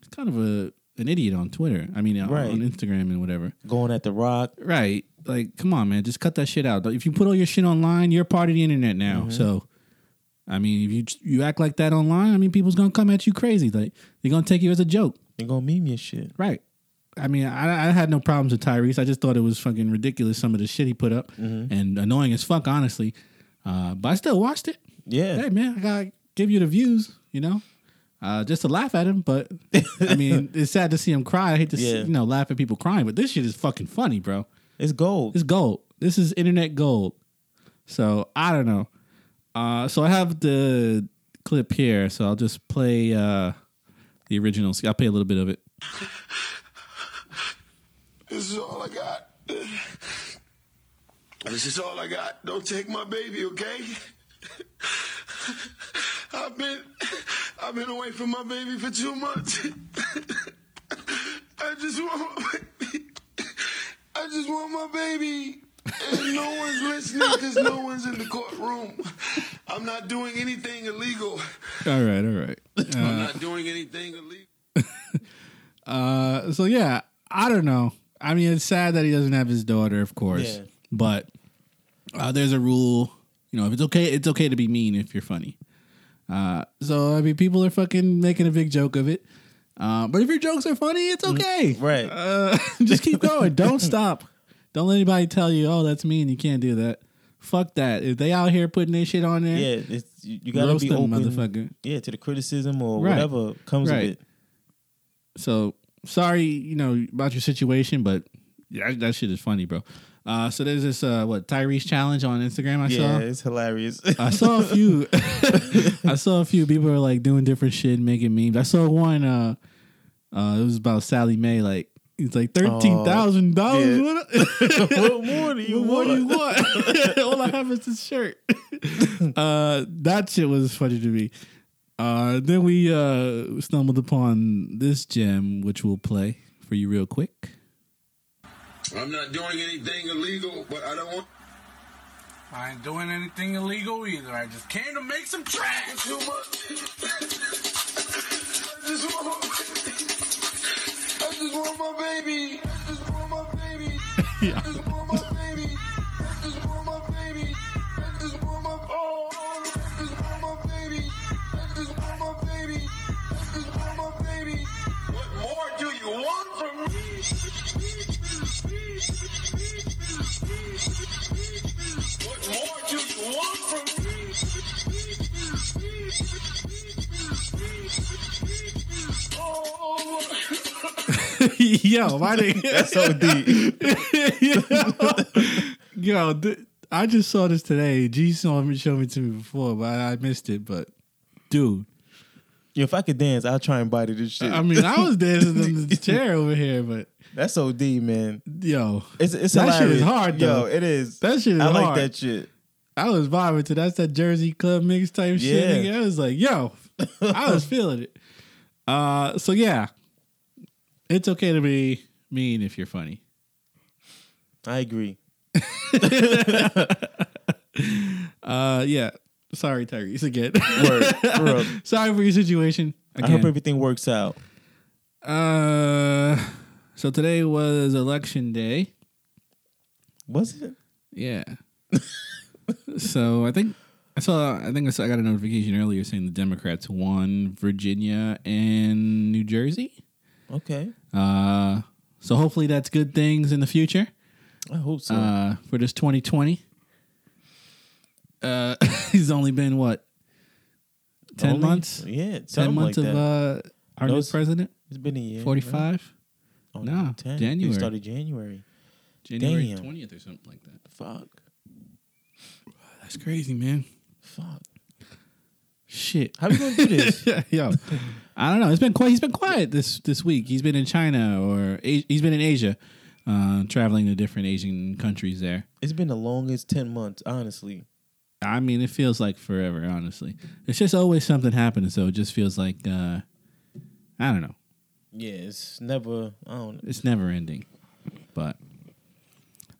S2: he's kind of a an idiot on Twitter. I mean, on-
S1: Right.
S2: on Instagram and whatever.
S1: going at the Rock.
S2: Right. Like, come on, man. Just cut that shit out. If you put all your shit online, you're part of the internet now.
S1: Mm-hmm.
S2: So, I mean, if you you act like that online, I mean, people's gonna come at you crazy. Like, they're gonna take you as a joke.
S1: They're gonna meme your shit.
S2: Right. I mean, I, I had no problems with Tyrese. I just thought it was fucking ridiculous some of the shit he put up
S1: Mm-hmm.
S2: and annoying as fuck, honestly. Uh, but I still watched it.
S1: Yeah.
S2: Hey, man, I gotta give you the views, you know, uh, just to laugh at him. But I mean, it's sad to see him cry. I hate to see,
S1: Yeah.
S2: you know laugh at people crying, but this shit is fucking funny, bro.
S1: It's gold.
S2: It's gold. This is internet gold. So I don't know. Uh, so I have the clip here. So I'll just play uh, the original. I'll play a little bit of it.
S4: This is all I got. This is all I got. Don't take my baby, okay? I've been I've been away from my baby for two months. I just want my baby. I just want my baby. And no one's listening because no one's in the courtroom. I'm not doing anything illegal.
S2: All right, all right.
S4: I'm not doing anything illegal.
S2: Uh, so yeah, I don't know. I mean, it's sad that he doesn't have his daughter, of course.
S1: Yeah.
S2: But uh, there's a rule. You know, if it's okay, it's okay to be mean if you're funny. Uh, so I mean, people are fucking making a big joke of it. Uh, but if your jokes are funny, it's okay.
S1: Mm, Right.
S2: Uh, just keep going. Don't stop. Don't let anybody tell you, "Oh, that's mean. You can't do that." Fuck that. If they out here putting their shit on there,
S1: yeah. It's, you, you gotta
S2: roast
S1: be
S2: them,
S1: open,
S2: motherfucker.
S1: Yeah, to the criticism or
S2: Right.
S1: whatever comes
S2: Right.
S1: of it.
S2: So sorry, you know about your situation, but yeah, that, that shit is funny, bro. Uh, so there's this uh, what Tyrese challenge on Instagram I
S1: Yeah,
S2: saw.
S1: it's hilarious.
S2: I saw a few. I saw a few people are like doing different shit, and making memes. I saw one. Uh, uh, it was about Sally Mae. Like He's like thirteen thousand
S1: Oh, yeah.
S2: dollars.
S1: what more do you
S2: What do
S1: want?
S2: you want? All I have is this shirt. uh, that shit was funny to me. Uh, then we uh, stumbled upon this gem, which we'll play for you real quick.
S4: I'm not doing anything illegal, but I don't want.
S5: I ain't doing anything illegal either. I just came to make some trash.
S4: too much. I just want my I just want my baby. I just want my baby. I just want my baby. I just want my baby. I just want my oh. I just want my baby. I just want my baby. I just want my baby. What more do you want from me? What more do you want from me? Oh.
S2: Yo, my nigga.
S1: So deep.
S2: Yo, th- I just saw this today. G saw me showed me to me before, but I, I missed it. But dude,
S1: If I could dance, I'll try and body this shit.
S2: I mean, I was dancing in the chair over here, but
S1: That's OD, man.
S2: yo,
S1: It's it's
S2: That shit
S1: hilarious.
S2: is hard, though.
S1: Yo, it is.
S2: That shit is
S1: I like
S2: hard.
S1: that shit.
S2: I was vibing to that's that Jersey Club mix type shit.
S1: Yeah.
S2: nigga. I was like, yo, I was feeling it. Uh, so yeah, it's okay to be mean if you're funny.
S1: I agree.
S2: Uh, yeah. Sorry, Tyrese again.
S1: Word. For real.
S2: Sorry for your situation.
S1: I hope
S2: again.
S1: everything works out.
S2: Uh, so today was election day.
S1: Was it?
S2: Yeah. so I think I saw. I think I, saw, I got a notification earlier saying the Democrats won Virginia and New Jersey.
S1: Okay.
S2: Uh, so hopefully that's good things in the future
S1: I hope so.
S2: uh, for this 2020. Uh, he's only been what ten
S1: Only-
S2: months?
S1: Yeah,
S2: Ten
S1: something
S2: months
S1: like
S2: of
S1: that.
S2: uh, our
S1: No,
S2: new
S1: it's-
S2: president.
S1: it's been a year. right?
S2: Forty-five.
S1: Oh,
S2: Nah,
S1: 10.
S2: January.
S1: He started January.
S2: January
S1: Damn.
S2: twentieth or something like that.
S1: Fuck.
S2: That's crazy, man.
S1: Fuck.
S2: Shit.
S1: How we gonna do this?
S2: Yo, I don't know. It's been quite. He's been quiet this this week. He's been in China or A- he's been in Asia, uh, traveling to different Asian countries. There.
S1: it's been the longest ten months, honestly.
S2: I mean, it feels like forever. Honestly, it's just always something happening. So it just feels like uh, I don't know.
S1: Yeah, it's never. I don't.
S2: It's never ending, but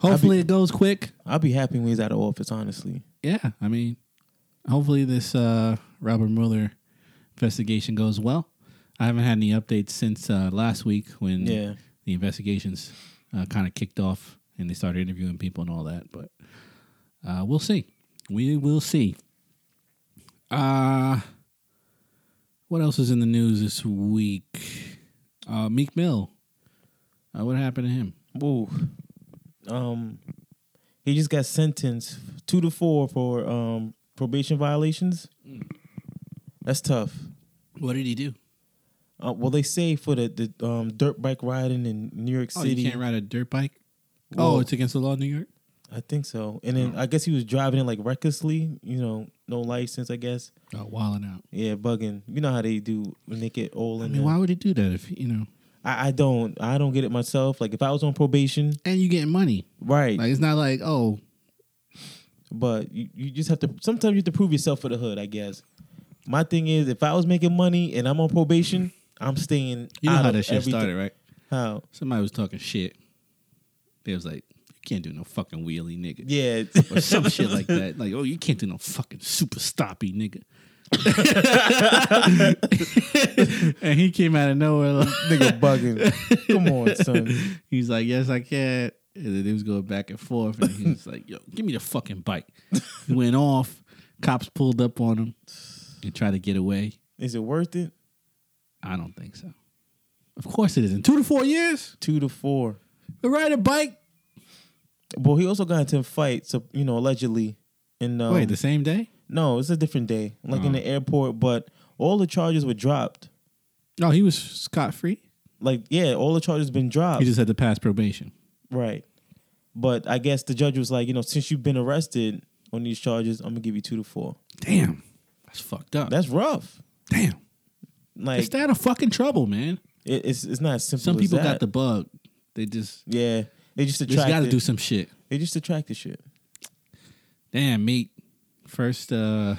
S2: hopefully it goes quick.
S1: I'll be happy when he's out of office, honestly.
S2: Yeah, I mean, hopefully this uh, Robert Mueller investigation goes well. I haven't had any updates since uh, last week when
S1: Yeah.
S2: the investigations uh, kind of kicked off and they started interviewing people and all that. But uh, we'll see. We will see. Uh, what else is in the news this week? Uh, Meek Mill. Uh, what happened to him?
S1: Woo. Um, he just got sentenced two to four for um probation violations. That's tough.
S2: What did he do?
S1: Uh, well, they say for the the um, dirt bike riding in New York
S2: Oh,
S1: City.
S2: you can't ride a dirt bike. oh,
S1: Well-
S2: it's against the law in New York.
S1: I think so. And
S2: Oh.
S1: then I guess he was driving it like recklessly. You know, no license. I guess.
S2: Oh, wilding out.
S1: Yeah, bugging. You know how they do when they get old.
S2: I
S1: And
S2: mean, why would he do that if you know?
S1: I, I don't. I don't get it myself. Like if I was on probation,
S2: And you getting money.
S1: right?
S2: Like it's not like oh,
S1: but you, you just have to. Sometimes you have to prove yourself for the hood. I guess. My thing is, if I was making money and I'm on probation, I'm staying.
S2: you know
S1: out
S2: how
S1: of
S2: that shit
S1: everything.
S2: started, right?
S1: How?
S2: Somebody was talking shit. They was like, you can't do no fucking wheelie, nigga,
S1: Yeah.
S2: or some shit like that. Like oh, you can't do no fucking super stoppy, nigga. and he came out of nowhere. Like,
S1: Nigga bugging. Come on, son.
S2: he's like, yes, I can. And then they was going back and forth, and he's just like, yo, give me the fucking bike. He went off. Cops pulled up on him and tried to get away.
S1: Is it worth it?
S2: I don't think so. Of course it isn't. Two to four years
S1: Two to four.
S2: to ride a bike.
S1: Well, he also got into a fight. So you know, allegedly. And um,
S2: Wait, Oh. the same day?
S1: no, it's a different day, like in the airport. But all the charges were dropped.
S2: No, he was scot free.
S1: Like, yeah, all the charges been dropped.
S2: He just had to pass probation.
S1: Right. But I guess the judge was like, you know, since you've been arrested on these charges, I'm gonna give you two to four.
S2: Damn, that's fucked up.
S1: That's rough.
S2: Damn,
S1: Like
S2: it's that a fucking trouble, man.
S1: it- it's it's not as simple.
S2: Some
S1: as
S2: people
S1: that.
S2: got the bug. They just
S1: Yeah, they just
S2: just
S1: attract.
S2: got to
S1: it.
S2: do some shit.
S1: They just attract the shit.
S2: Damn, mate. First, uh,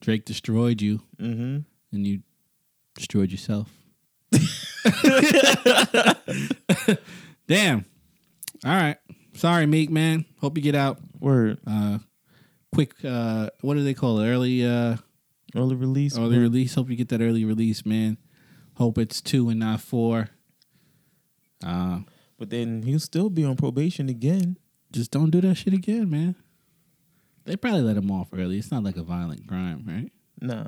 S2: Drake destroyed you,
S1: Mm-hmm.
S2: and you destroyed yourself. Damn. All right. Sorry, Meek, man. Hope you get out.
S1: Word.
S2: Uh, quick. Uh, what do they call it? Early. Uh,
S1: Early release.
S2: early release. Hope you get that early release, man. Hope it's two and not four. Uh,
S1: But then he'll still be on probation again.
S2: just don't do that shit again, man. They probably let him off early. It's not like a violent crime, right?
S1: Nah.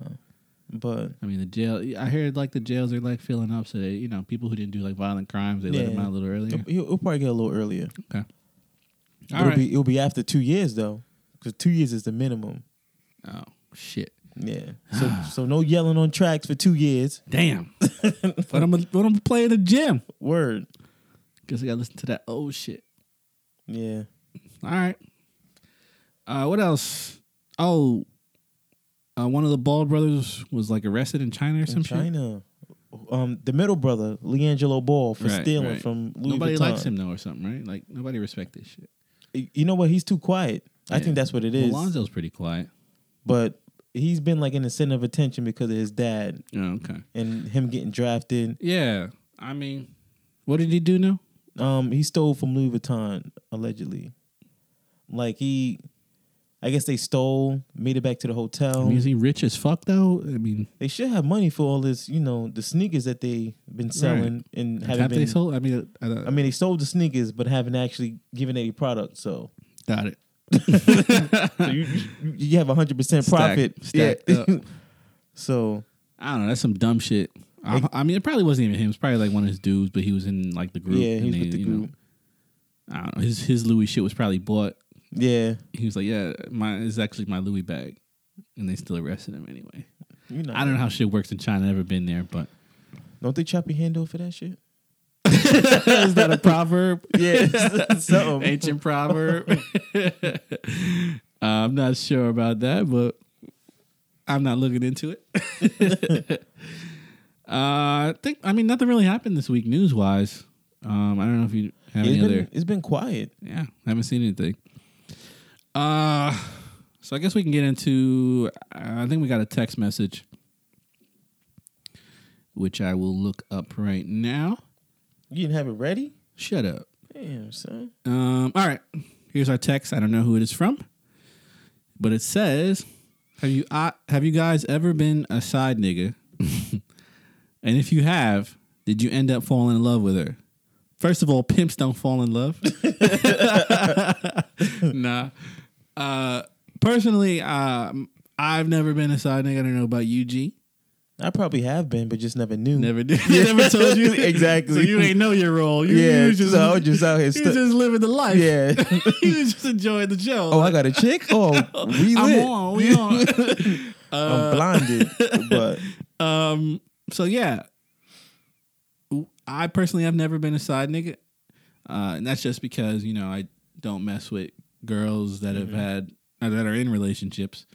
S1: But
S2: I mean, the jail. I heard like the jails are like filling up, so they, you know, people who didn't do like violent crimes, they let
S1: Yeah.
S2: them out a little earlier.
S1: he'll, he'll probably get a little earlier.
S2: Okay.
S1: But
S2: All
S1: it'll
S2: right.
S1: be it'll be after two years though, because two years is the minimum.
S2: oh shit!
S1: Yeah. So so no yelling on tracks for two years.
S2: Damn. but I'm but I'm playing the gym
S1: Word.
S2: because I got to listen to that old shit.
S1: Yeah.
S2: All right. Uh, what else? Oh, uh, one of the Ball brothers was like arrested in China or some
S1: In
S2: shit.
S1: China. Um, the middle brother, Leangelo Ball, for
S2: Right,
S1: stealing
S2: right.
S1: from Louis
S2: Nobody
S1: Vuitton.
S2: likes him though, or something, right? Like nobody respect this shit.
S1: You know what? He's too quiet. I
S2: Yeah.
S1: think that's what it is.
S2: Alonzo's pretty quiet.
S1: But he's been like in the center of attention because of his dad
S2: Oh, okay.
S1: and him getting drafted.
S2: Yeah, I mean, what did he do now?
S1: Um, he stole from Louis Vuitton allegedly. Like he, I guess they stole, made it back to the hotel.
S2: I mean, is he rich as fuck though? I mean,
S1: they should have money for all this, you know, the sneakers that they've been selling and haven't
S2: have
S1: been.
S2: they sold? I mean, I,
S1: I mean, they sold the sneakers, but haven't actually given any product. So,
S2: got it.
S1: so you, you you have hundred percent profit.
S2: Stacked- stacked up.
S1: so
S2: I don't know. That's some dumb shit. I, I mean, it probably wasn't even him. It's probably like one of his dudes, but he was in like the group.
S1: yeah,
S2: and
S1: he's
S2: they,
S1: with the
S2: you know,
S1: group.
S2: I don't know. His his Louis shit was probably bought
S1: Yeah,
S2: he was like, "Yeah, my it's actually my Louis bag," and they still arrested him anyway.
S1: you know.
S2: I don't know how shit works in China. I've never been there, but
S1: Don't they chop your hand off for that shit?
S2: is that a proverb?
S1: Yeah, so
S2: Ancient proverb. Uh, I'm not sure about that, but I'm not looking into it. uh, I think I mean nothing really happened this week news wise. Um, I don't know if you have
S1: it's
S2: any other.
S1: been, it's been quiet.
S2: Yeah, I haven't seen anything. Uh so I guess we can get into. I think we got a text message, which I will look up right now.
S1: You didn't have it ready?
S2: Shut up.
S1: Damn, son.
S2: Um, all right, here's our text. I don't know who it is from, but it says, "Have you uh, have you guys ever been a side nigga? and if you have, did you end up falling in love with her? First of all, pimps don't fall in love. nah. Uh, personally, um, I've never been a side nigga. I don't know about you, G.
S1: I probably have been, but just never knew.
S2: Never did. never told you
S1: Exactly.
S2: So you ain't know your role. You,
S1: Yeah,
S2: you just,
S1: so I was just out here.
S2: you
S1: stu-
S2: just living the life.
S1: yeah.
S2: you just enjoying the show.
S1: oh, I got a chick. Oh, we lit.
S2: I'm on. We on. Uh,
S1: I'm blinded, but
S2: um. So yeah, I personally have never been a side nigga, uh, and that's just because you know I don't mess with girls that
S1: Mm-hmm.
S2: have had uh, that are in relationships.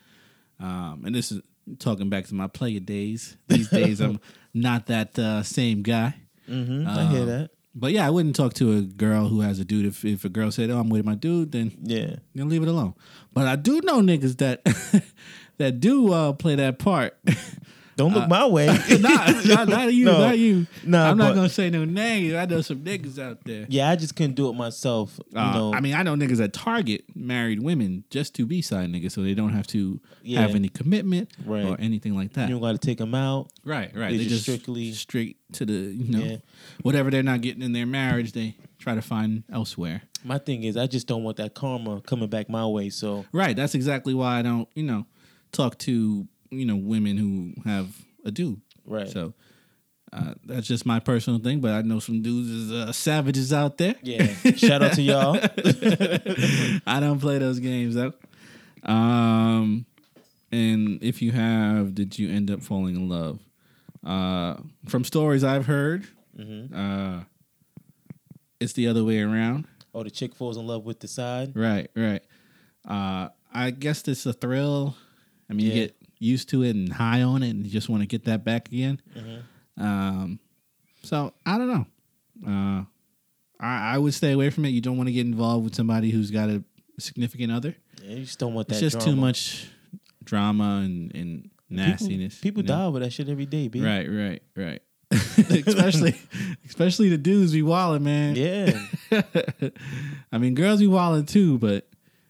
S2: Um, and this is talking back to my player days. These days, I'm not that uh, same guy.
S1: mhm, I hear
S2: Um,
S1: that.
S2: But yeah, I wouldn't talk to a girl who has a dude. If if a girl said, "Oh, I'm with my dude," then
S1: Yeah,
S2: Then leave it alone. But I do know niggas that that do uh, play that part.
S1: don't
S2: Uh,
S1: look my way.
S2: not, not, not you,
S1: No.
S2: not you.
S1: Nah,
S2: I'm not
S1: but-
S2: gonna say no names. I know some niggas out there.
S1: yeah, I just couldn't do it myself. You
S2: Uh,
S1: know,
S2: I mean, I know niggas at Target married women just to be side niggas, so they don't have to
S1: Yeah.
S2: have any commitment
S1: Right.
S2: or anything like that.
S1: you don't got to take them out.
S2: right, right.
S1: they
S2: They,
S1: just
S2: just
S1: strictly-
S2: straight to the you know
S1: Yeah.
S2: whatever they're not getting in their marriage, they try to find elsewhere.
S1: My thing is, I just don't want that karma coming back my way. So
S2: Right. That's exactly why I don't, you know, talk to, you know, women who have a dude.
S1: Right.
S2: So uh, that's just my personal thing, but I know some dudes is uh, savages out there.
S1: yeah, shout out to y'all.
S2: I don't play those games though. Um, and if you have, did you end up falling in love? Uh, from stories I've heard,
S1: Mm-hmm.
S2: uh, it's the other way around.
S1: Oh, the chick falls in love with the side.
S2: Right, right. Uh, I guess it's a thrill. I mean,
S1: Yeah.
S2: you get used to it and high on it, and you just want to get that
S1: Mm-hmm.
S2: back again. Um, so I don't know. Uh, I, I would stay away from it. You don't want to get involved with somebody who's got a significant other.
S1: Yeah, you just don't want
S2: It's
S1: that.
S2: just too
S1: drama.
S2: much drama and, and nastiness.
S1: People
S2: you know?
S1: die with that shit every day, bitch.
S2: Right, right, right. especially, especially the dudes be wilding, man.
S1: Yeah,
S2: I mean, girls be wilding too, but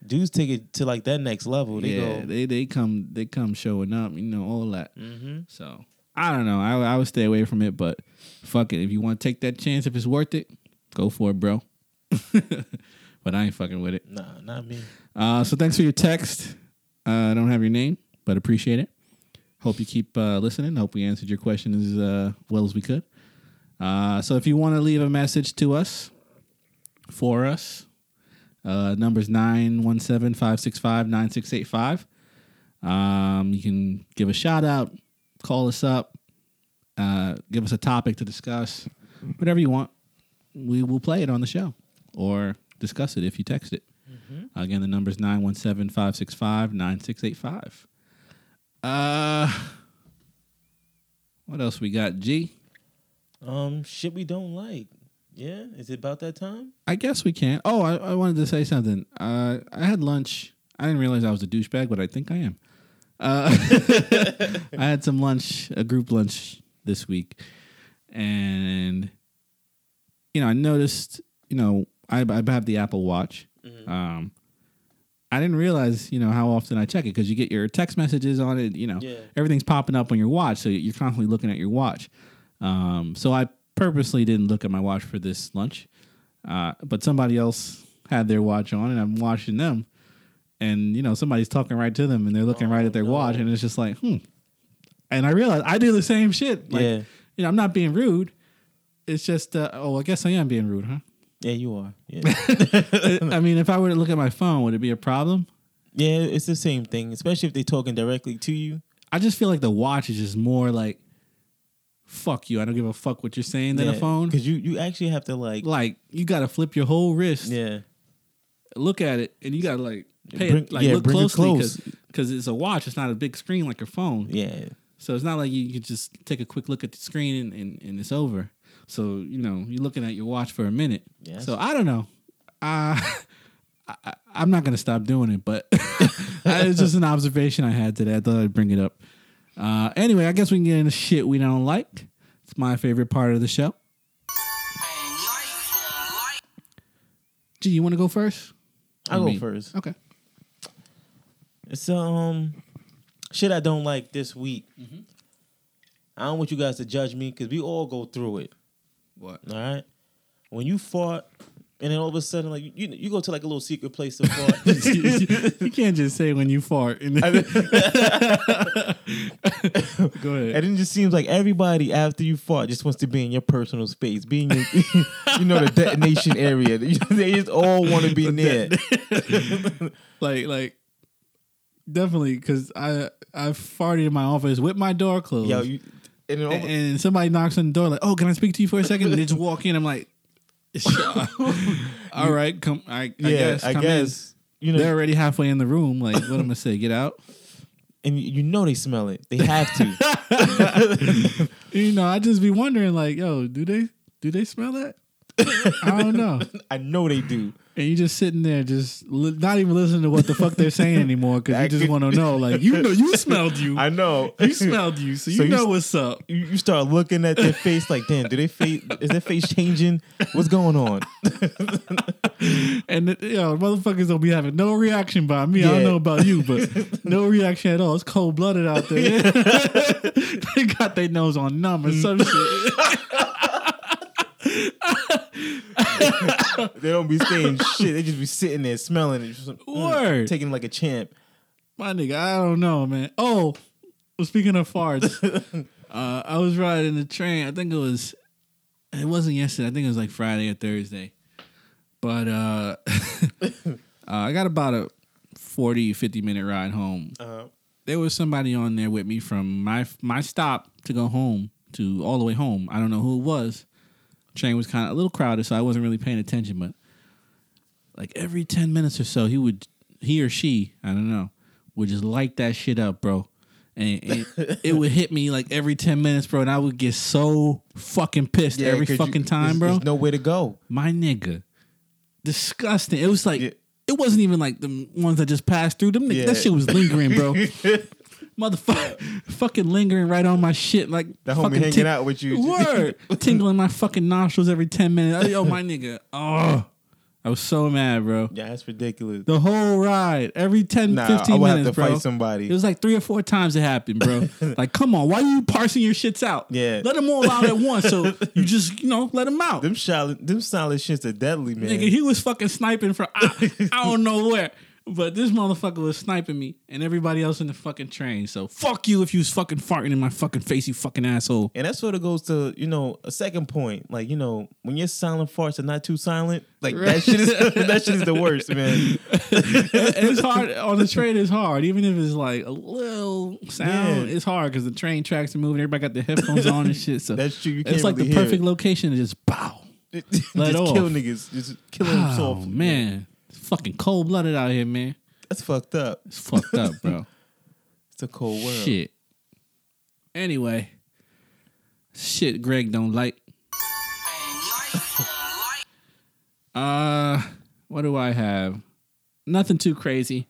S1: dudes take it to like that next level. They
S2: yeah,
S1: go,
S2: they they come they come showing up, you know, all that.
S1: Mm-hmm.
S2: So I don't know. I I would stay away from it, but fuck it. If you want to take that chance, if it's worth it, go for it, bro. but I ain't fucking with it.
S1: nah, not me.
S2: Uh, so thanks for your text. Uh, I don't have your name, but appreciate it. Hope you keep uh, listening. Hope we answered your question as uh, well as we could. Uh, so if you want to leave a message to us, for us, uh, number's 917 565 9685. Um, you can give a shout out, call us up, uh, give us a topic to discuss, whatever you want. We will play it on the show or discuss it if you text it. Again, the number's 917 565 9685. Uh, what else we got? G?
S1: Um, shit we don't like. Yeah, is it about that time?
S2: I guess we can. Oh, I, I wanted to say something. Uh, I had lunch. I didn't realize I was a douchebag, but I think I am. Uh, I had some lunch, a group lunch this week, and you know, I noticed. You know, I, I have the Apple Watch. Um, I didn't realize, you know, how often I check it because you get your text messages on it. You know,
S1: Yeah.
S2: everything's popping up on your watch, so you're constantly looking at your watch. Um, so I purposely didn't look at my watch for this lunch. Uh, but somebody else had their watch on, and I'm watching them, and you know somebody's talking right to them, and they're
S1: Oh,
S2: looking right at their watch, and it's just like, hmm. And I realize I do the same shit. Like,
S1: Yeah.
S2: you know, I'm not being rude. It's just, uh, oh, I guess I am being rude, huh?
S1: Yeah, you are. Yeah,
S2: I mean, if I were to look at my phone, would it be a problem?
S1: yeah, it's the same thing. Especially if they talking directly to you.
S2: I just feel like the watch is just more like, fuck you. I don't give a fuck what you're saying than a phone.
S1: because you you actually have to like,
S2: Like you got to flip your whole wrist.
S1: yeah,
S2: look at it and you gotta like pay
S1: Bring-
S2: it, like
S1: yeah,
S2: look
S1: bring it
S2: closely
S1: close.
S2: because it's a watch. It's not a big screen like your phone.
S1: yeah,
S2: So it's not like you can just take a quick look at the screen and, and, and it's over. So you know you're looking at your watch for a minute.
S1: Yes.
S2: So I don't know. Uh, I, I I'm not gonna stop doing it, but it's just an observation I had today. I thought I'd bring it up. Uh, anyway, I guess we can get into shit we don't like. It's my favorite part of the show. Gee, you want to go first?
S1: I'll
S2: Or
S1: go
S2: me?
S1: first.
S2: Okay.
S1: It's um shit I don't like this week. I don't want you guys to judge me because we all go through it.
S2: What?
S1: All right. When you fart, and then all of a sudden, like you, you go to like a little secret place to fart.
S2: you can't just say when you fart. And Go
S1: And
S2: ahead.
S1: it just seems like everybody after you fart just wants to be in your personal space, be in your, you know, the detonation area. they just all want to be near.
S2: Like, like, definitely, because I I farted in my office with my door closed.
S1: Yo, you, and then all,
S2: and, and somebody knocks on the door, like, "Oh, can I speak to you for a second? And they just walk in. I'm like, "Sure." "All right, come. I, I
S1: yeah,
S2: guess.
S1: I
S2: come
S1: guess you
S2: In.
S1: know,
S2: They're already halfway in the room. Like, what am I say? Get out.
S1: and you you know they smell it. They have to.
S2: You know, I just be wondering, like, yo, do they do they smell that? I don't know.
S1: I know they do.
S2: And you just sitting there, just li- not even listening to what the fuck they're saying anymore, because you
S1: That
S2: just
S1: could-
S2: want to know. Like you know, you smelled you,
S1: I know
S2: you smelled you, so you
S1: So you
S2: know
S1: s-
S2: what's up.
S1: you, you start looking at their face like, damn, do they face is their face changing? What's going on?
S2: And it- you know, motherfuckers don't be having no reaction by me. I don't
S1: Yeah.
S2: know about you, but no reaction at all. It's cold blooded out there. they got their nose on numb or some shit.
S1: They don't be saying shit. They just be sitting there smelling it, just like, mm,
S2: Word.
S1: taking it like a champ.
S2: My nigga, I don't know, man. Oh, well, speaking of farts, uh, I was riding the train. I think it was, it wasn't yesterday. I think it was like Friday or Thursday. But uh, uh, I got about a 40, 50 minute ride home.
S1: Uh,
S2: There was somebody on there with me from my my stop to go home to all the way home. I don't know who it was. Train was kind of a little crowded, so I wasn't really paying attention. But like every 10 minutes or so he would he or she i don't know would just light that shit up bro and, and it would hit me like every ten minutes, bro, and I would get so fucking pissed every
S1: 'cause you-
S2: fucking time,
S1: there's-
S2: bro.
S1: There's nowhere to go.
S2: My nigga, disgusting. It was like
S1: Yeah.
S2: it wasn't even like the ones that just passed through. Them niggas,
S1: Yeah.
S2: that shit was lingering, bro. Motherfucker, fucking lingering right on my shit, like
S1: That homie
S2: fucking
S1: hanging
S2: ting-
S1: out with you.
S2: Word, tingling my fucking nostrils every ten minutes. Yo, my nigga, oh, I was so mad, bro.
S1: Yeah, that's ridiculous.
S2: The whole ride, every 10,
S1: Nah,
S2: 15
S1: I would have
S2: minutes,
S1: to
S2: bro.
S1: fight somebody.
S2: It was like three or four times it happened, bro. like, come on, why you parsing your shits out?
S1: Yeah.
S2: let them all out at once. So you just, you know, let them out.
S1: Them solid, them solid shits are deadly, man.
S2: Nigga, he was fucking sniping from I, I don't know where. But this motherfucker was sniping me and everybody else in the fucking train. So fuck you if you was fucking farting in my fucking face, you fucking asshole.
S1: and that sort of goes to you know a second point, like you know when your silent farts are not too silent, like that shit is that shit is the worst, man.
S2: And it's hard on the train. It's hard, even if it's like a little sound.
S1: Yeah.
S2: It's hard because the train tracks are moving. Everybody got their headphones on and shit. So
S1: That's true, you
S2: it's
S1: can't
S2: like
S1: really
S2: the
S1: hear
S2: perfect
S1: it.
S2: location to just bow.
S1: just
S2: Let off.
S1: kill niggas, just kill them
S2: oh
S1: soft.
S2: man, it's fucking cold blooded out here, man.
S1: That's fucked up.
S2: It's fucked up, bro.
S1: It's a cold world.
S2: Shit. Anyway, shit Greg don't like. uh, what do I have? Nothing too crazy.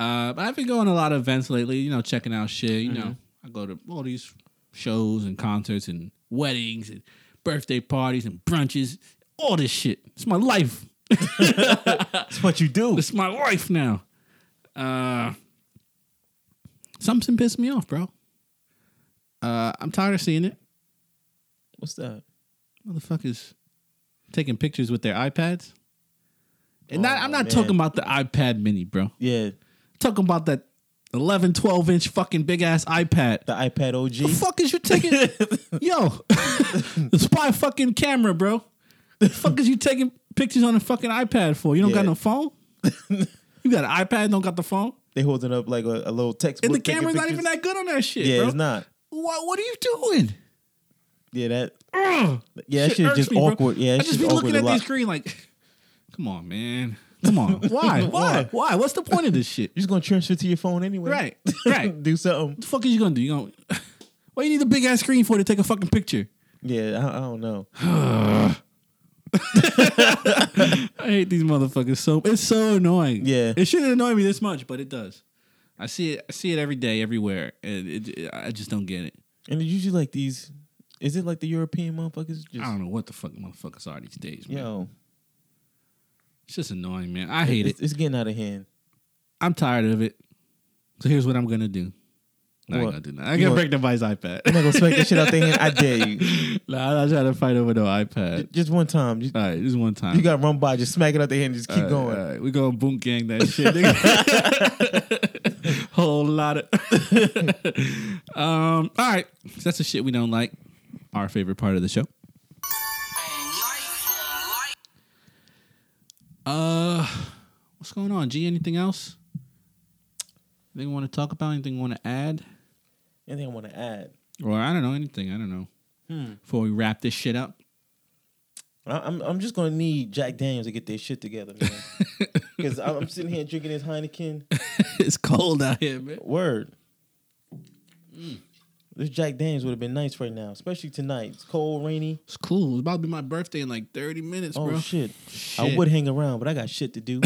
S2: Uh, but I've been going to a lot of events lately, you know, checking out shit. You know, I go to all these shows and concerts and weddings and birthday parties and brunches, all this shit. It's my life.
S1: That's what you do.
S2: It's my life now. Uh, something pissed me off, bro. Uh, I'm tired of seeing it.
S1: What's that?
S2: Motherfuckers taking pictures with their iPads. And not,
S1: Oh,
S2: I'm not
S1: man.
S2: talking about the iPad mini, bro. I'm
S1: Yeah,
S2: talking about that 11, 12 inch fucking big ass iPad.
S1: the iPad
S2: The
S1: OG.
S2: fuck is you taking? Yo, the spy fucking camera, bro. The fuck is you taking pictures on a fucking iPad for? You don't got
S1: Yeah.
S2: no phone? you got an iPad, don't got the phone?
S1: They holding up like a, a little textbook.
S2: And the
S1: taking
S2: camera's not
S1: pictures.
S2: even that good on that shit,
S1: Yeah,
S2: bro.
S1: it's not.
S2: What, what are you doing?
S1: Yeah, that.
S2: Ugh.
S1: Yeah, that
S2: Shit
S1: shit is
S2: irks
S1: just
S2: me, bro.
S1: awkward. Yeah,
S2: I
S1: that
S2: just
S1: shit's
S2: be
S1: awkward
S2: looking
S1: a
S2: at the
S1: lot.
S2: screen like, come on, man. Come on. Why? Why? Why? What's the point of this shit?
S1: You're just gonna transfer to your phone anyway,
S2: Right. Right. what
S1: Do something.
S2: the fuck is you gonna do? You gonna Why you need a big ass screen for to take a fucking picture?
S1: Yeah, I, I don't know.
S2: I hate these motherfuckers so it's so annoying.
S1: Yeah.
S2: It shouldn't annoy me this much, but it does. I see it I see it every day, everywhere. And it, I just don't get it.
S1: And it's usually like these. Is it like the European motherfuckers?
S2: I
S1: Just
S2: don't know what the fuck motherfuckers are these days, man.
S1: yo,
S2: It's just annoying, man. I hate it.
S1: it's, it's getting out of hand.
S2: I'm tired of it. So here's what I'm gonna do. No, I ain't
S1: What?
S2: gonna do that. I ain't
S1: You
S2: gonna
S1: gonna-
S2: break nobody's iPad.
S1: I'm not gonna smack the shit out their hand. I dare you.
S2: nah, I'm not trying to fight over no iPad.
S1: Just one time. Just,
S2: All right, this is one time.
S1: You got run by. Just smack it out their hand. and Just keep
S2: All right,
S1: going.
S2: all right. We going boom gang that shit. nigga. Whole lot of. um. All right. So that's the shit we don't like. Our favorite part of the show. Uh, what's going on, G? Anything else? Anything want to talk about? Anything want to add?
S1: Anything I want to add?
S2: Or I don't know anything. I don't know.
S1: Hmm.
S2: Before we wrap this shit up,
S1: I- I'm I'm just gonna need Jack Daniels to get their shit together, man. Because I'm, I'm sitting here drinking this Heineken.
S2: it's cold out here, man.
S1: Word.
S2: Mm.
S1: This Jack Daniels would have been nice right now, especially tonight. It's cold, rainy.
S2: It's cool. It's about to be my birthday in like thirty minutes,
S1: Oh
S2: bro.
S1: shit. I
S2: Shit.
S1: would hang around, but I got shit to do.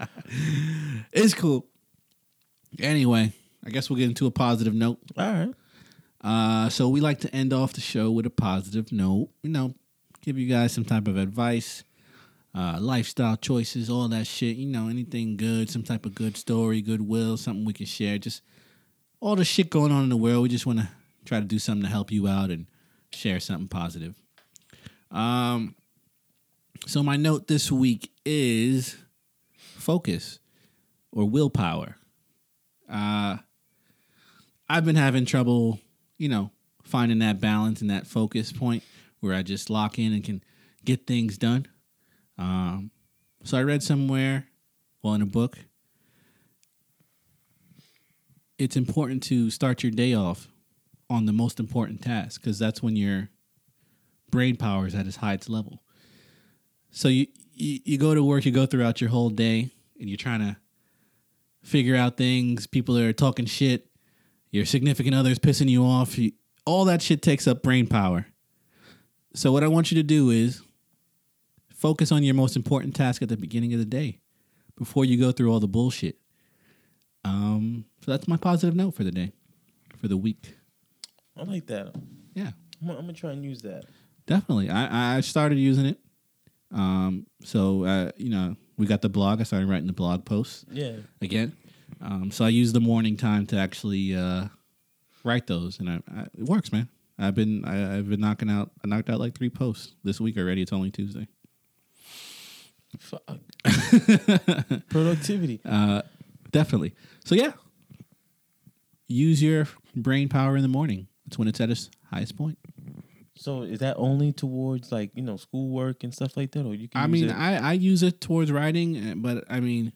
S2: It's cool. Anyway, I guess we'll get into a positive note.
S1: All right.
S2: Uh, so we like to end off the show with a positive note. You know, give you guys some type of advice, uh, lifestyle choices, all that shit. You know, anything good, some type of good story, goodwill, something we can share. Just all the shit going on in the world. We just want to try to do something to help you out and share something positive. Um, so my note this week is focus or willpower. Uh, I've been having trouble, you know, finding that balance and that focus point where I just lock in and can get things done. Um, so I read somewhere, well, in a book, it's important to start your day off on the most important task because that's when your brain power is at its highest level. So you, you you go to work, you go throughout your whole day, and you're trying to figure out things. People are talking shit. Your significant other's pissing you off. You, all that shit takes up brain power. So what I want you to do is focus on your most important task at the beginning of the day before you go through all the bullshit. Um, so that's my positive note for the day, for the week.
S1: I like that. I'm,
S2: Yeah,
S1: gonna- I'm gonna try and use that.
S2: definitely. I, I started using it. Um, so, uh, you know, we got the blog. I started writing the blog posts
S1: Yeah.
S2: again. Um, so I use the morning time to actually uh, write those, and I, I, it works, man. I've been I, I've been knocking out I knocked out like three posts this week already. It's only Tuesday.
S1: Fuck. Productivity.
S2: Uh, Definitely. So yeah, use your brain power in the morning. That's when it's at its highest point.
S1: So is that only towards like you know schoolwork and stuff like that, or you can?
S2: I
S1: use
S2: mean,
S1: it-
S2: I, I use it towards writing, uh, but I mean,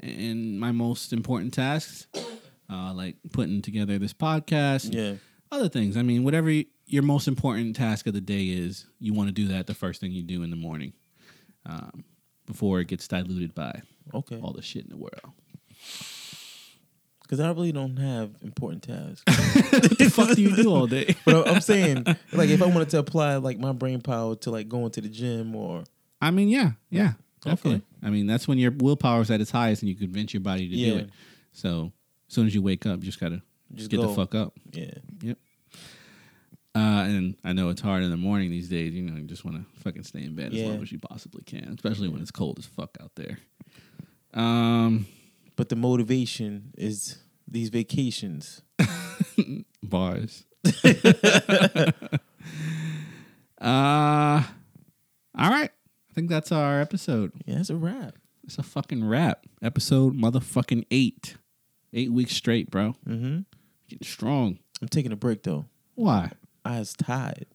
S2: in my most important tasks, uh, like putting together this podcast, and
S1: Yeah.
S2: other things. I mean, whatever y- your most important task of the day is, you want to do that the first thing you do in the morning, um, before it gets diluted by
S1: okay.
S2: all the shit in the world.
S1: Because I really don't have important tasks.
S2: What the fuck do you do all day?
S1: but I- I'm saying, like, if I wanted to apply like my brain power to like going to the gym or
S2: I mean, yeah, yeah, definitely.
S1: Okay.
S2: I mean, that's when your willpower is at its highest and you convince your body to
S1: Yeah.
S2: do it. So as soon as you wake up, you just gotta just
S1: Just
S2: get
S1: go.
S2: the fuck up.
S1: yeah,
S2: Yep. Uh, and I know it's hard in the morning these days. You know, you just want to fucking stay in bed
S1: Yeah.
S2: as long as you possibly can, especially when it's cold as fuck out there. Um,
S1: but the motivation is these vacations.
S2: bars. uh, all right. I think that's our episode.
S1: Yeah, that's a wrap.
S2: It's a fucking wrap. Episode motherfucking eight. Eight weeks straight, bro.
S1: Mm-hmm.
S2: Getting strong.
S1: I'm taking a break though.
S2: Why?
S1: I was tired.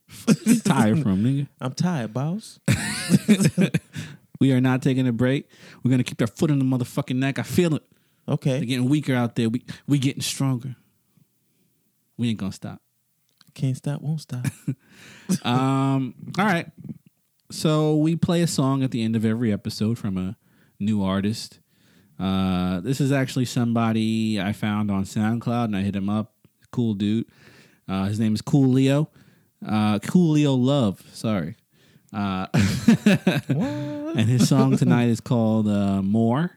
S2: you tired from, nigga?
S1: I'm tired, boss.
S2: We are not taking a break. We're gonna keep our foot in the motherfucking neck. I feel it. They're
S1: Okay,
S2: getting weaker out there. We we getting stronger. We ain't gonna stop.
S1: can't stop, won't stop.
S2: Um. all right. So we play a song at the end of every episode from a new artist. Uh, this is actually somebody I found on SoundCloud, and I hit him up. Cool dude. Uh, his name is Cool Leo. Uh, cool Leo Love. Sorry. Uh, and his song tonight is called uh, "More."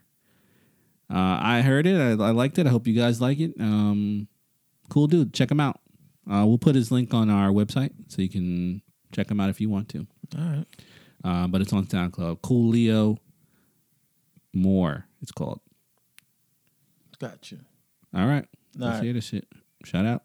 S2: Uh, I heard it. I, I liked it. I hope you guys like it. Um, cool dude. Check him out. Uh, we'll put his link on our website so you can check him out if you want to.
S1: All right,
S2: Uh, but it's on SoundCloud. Cool Leo Moore, it's called.
S1: gotcha.
S2: All right.
S1: All
S2: Let's
S1: right.
S2: hear this shit. Shout out.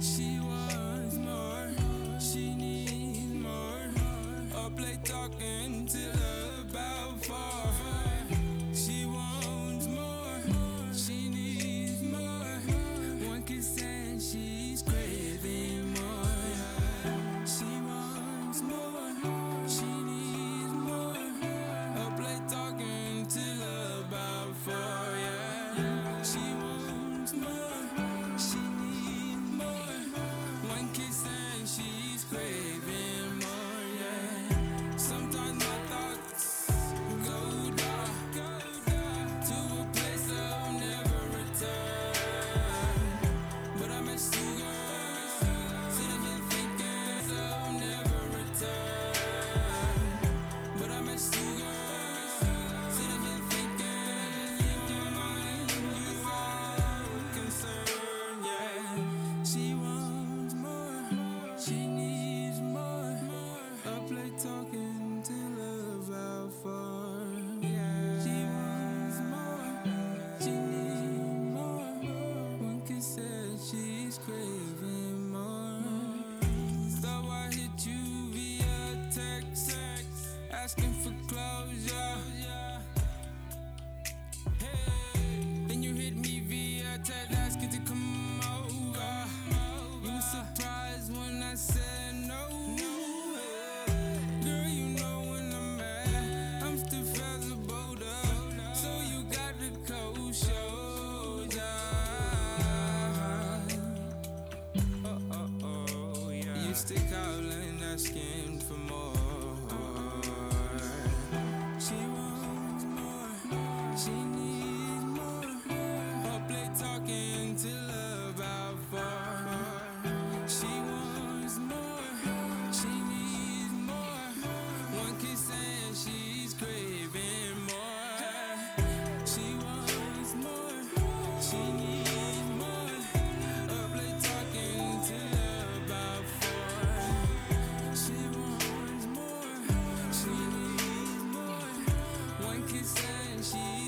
S6: She wants more, she needs more. Up late talking till about four. She wants more, she needs more. One kiss and she's craving more. She wants more, she needs more. Up late talking till about four. Yeah, she wants more, she needs more. One kiss and she's craving more. Yeah, sometimes my thoughts.
S3: asking for closure. Hey, then you hit me via text asking to come over. You were surprised when I said no. Girl, you know when I'm mad, I'm still feathered up. So you got the cold shoulder. Oh, oh, oh, yeah. You stick out and asking for more. She wants more. She needs more. Her plate talking till about four. She wants more. She needs more. One kiss and she's craving more. She wants more. She needs more. Her plate talking till about four. She wants more. She needs more. One kiss and she's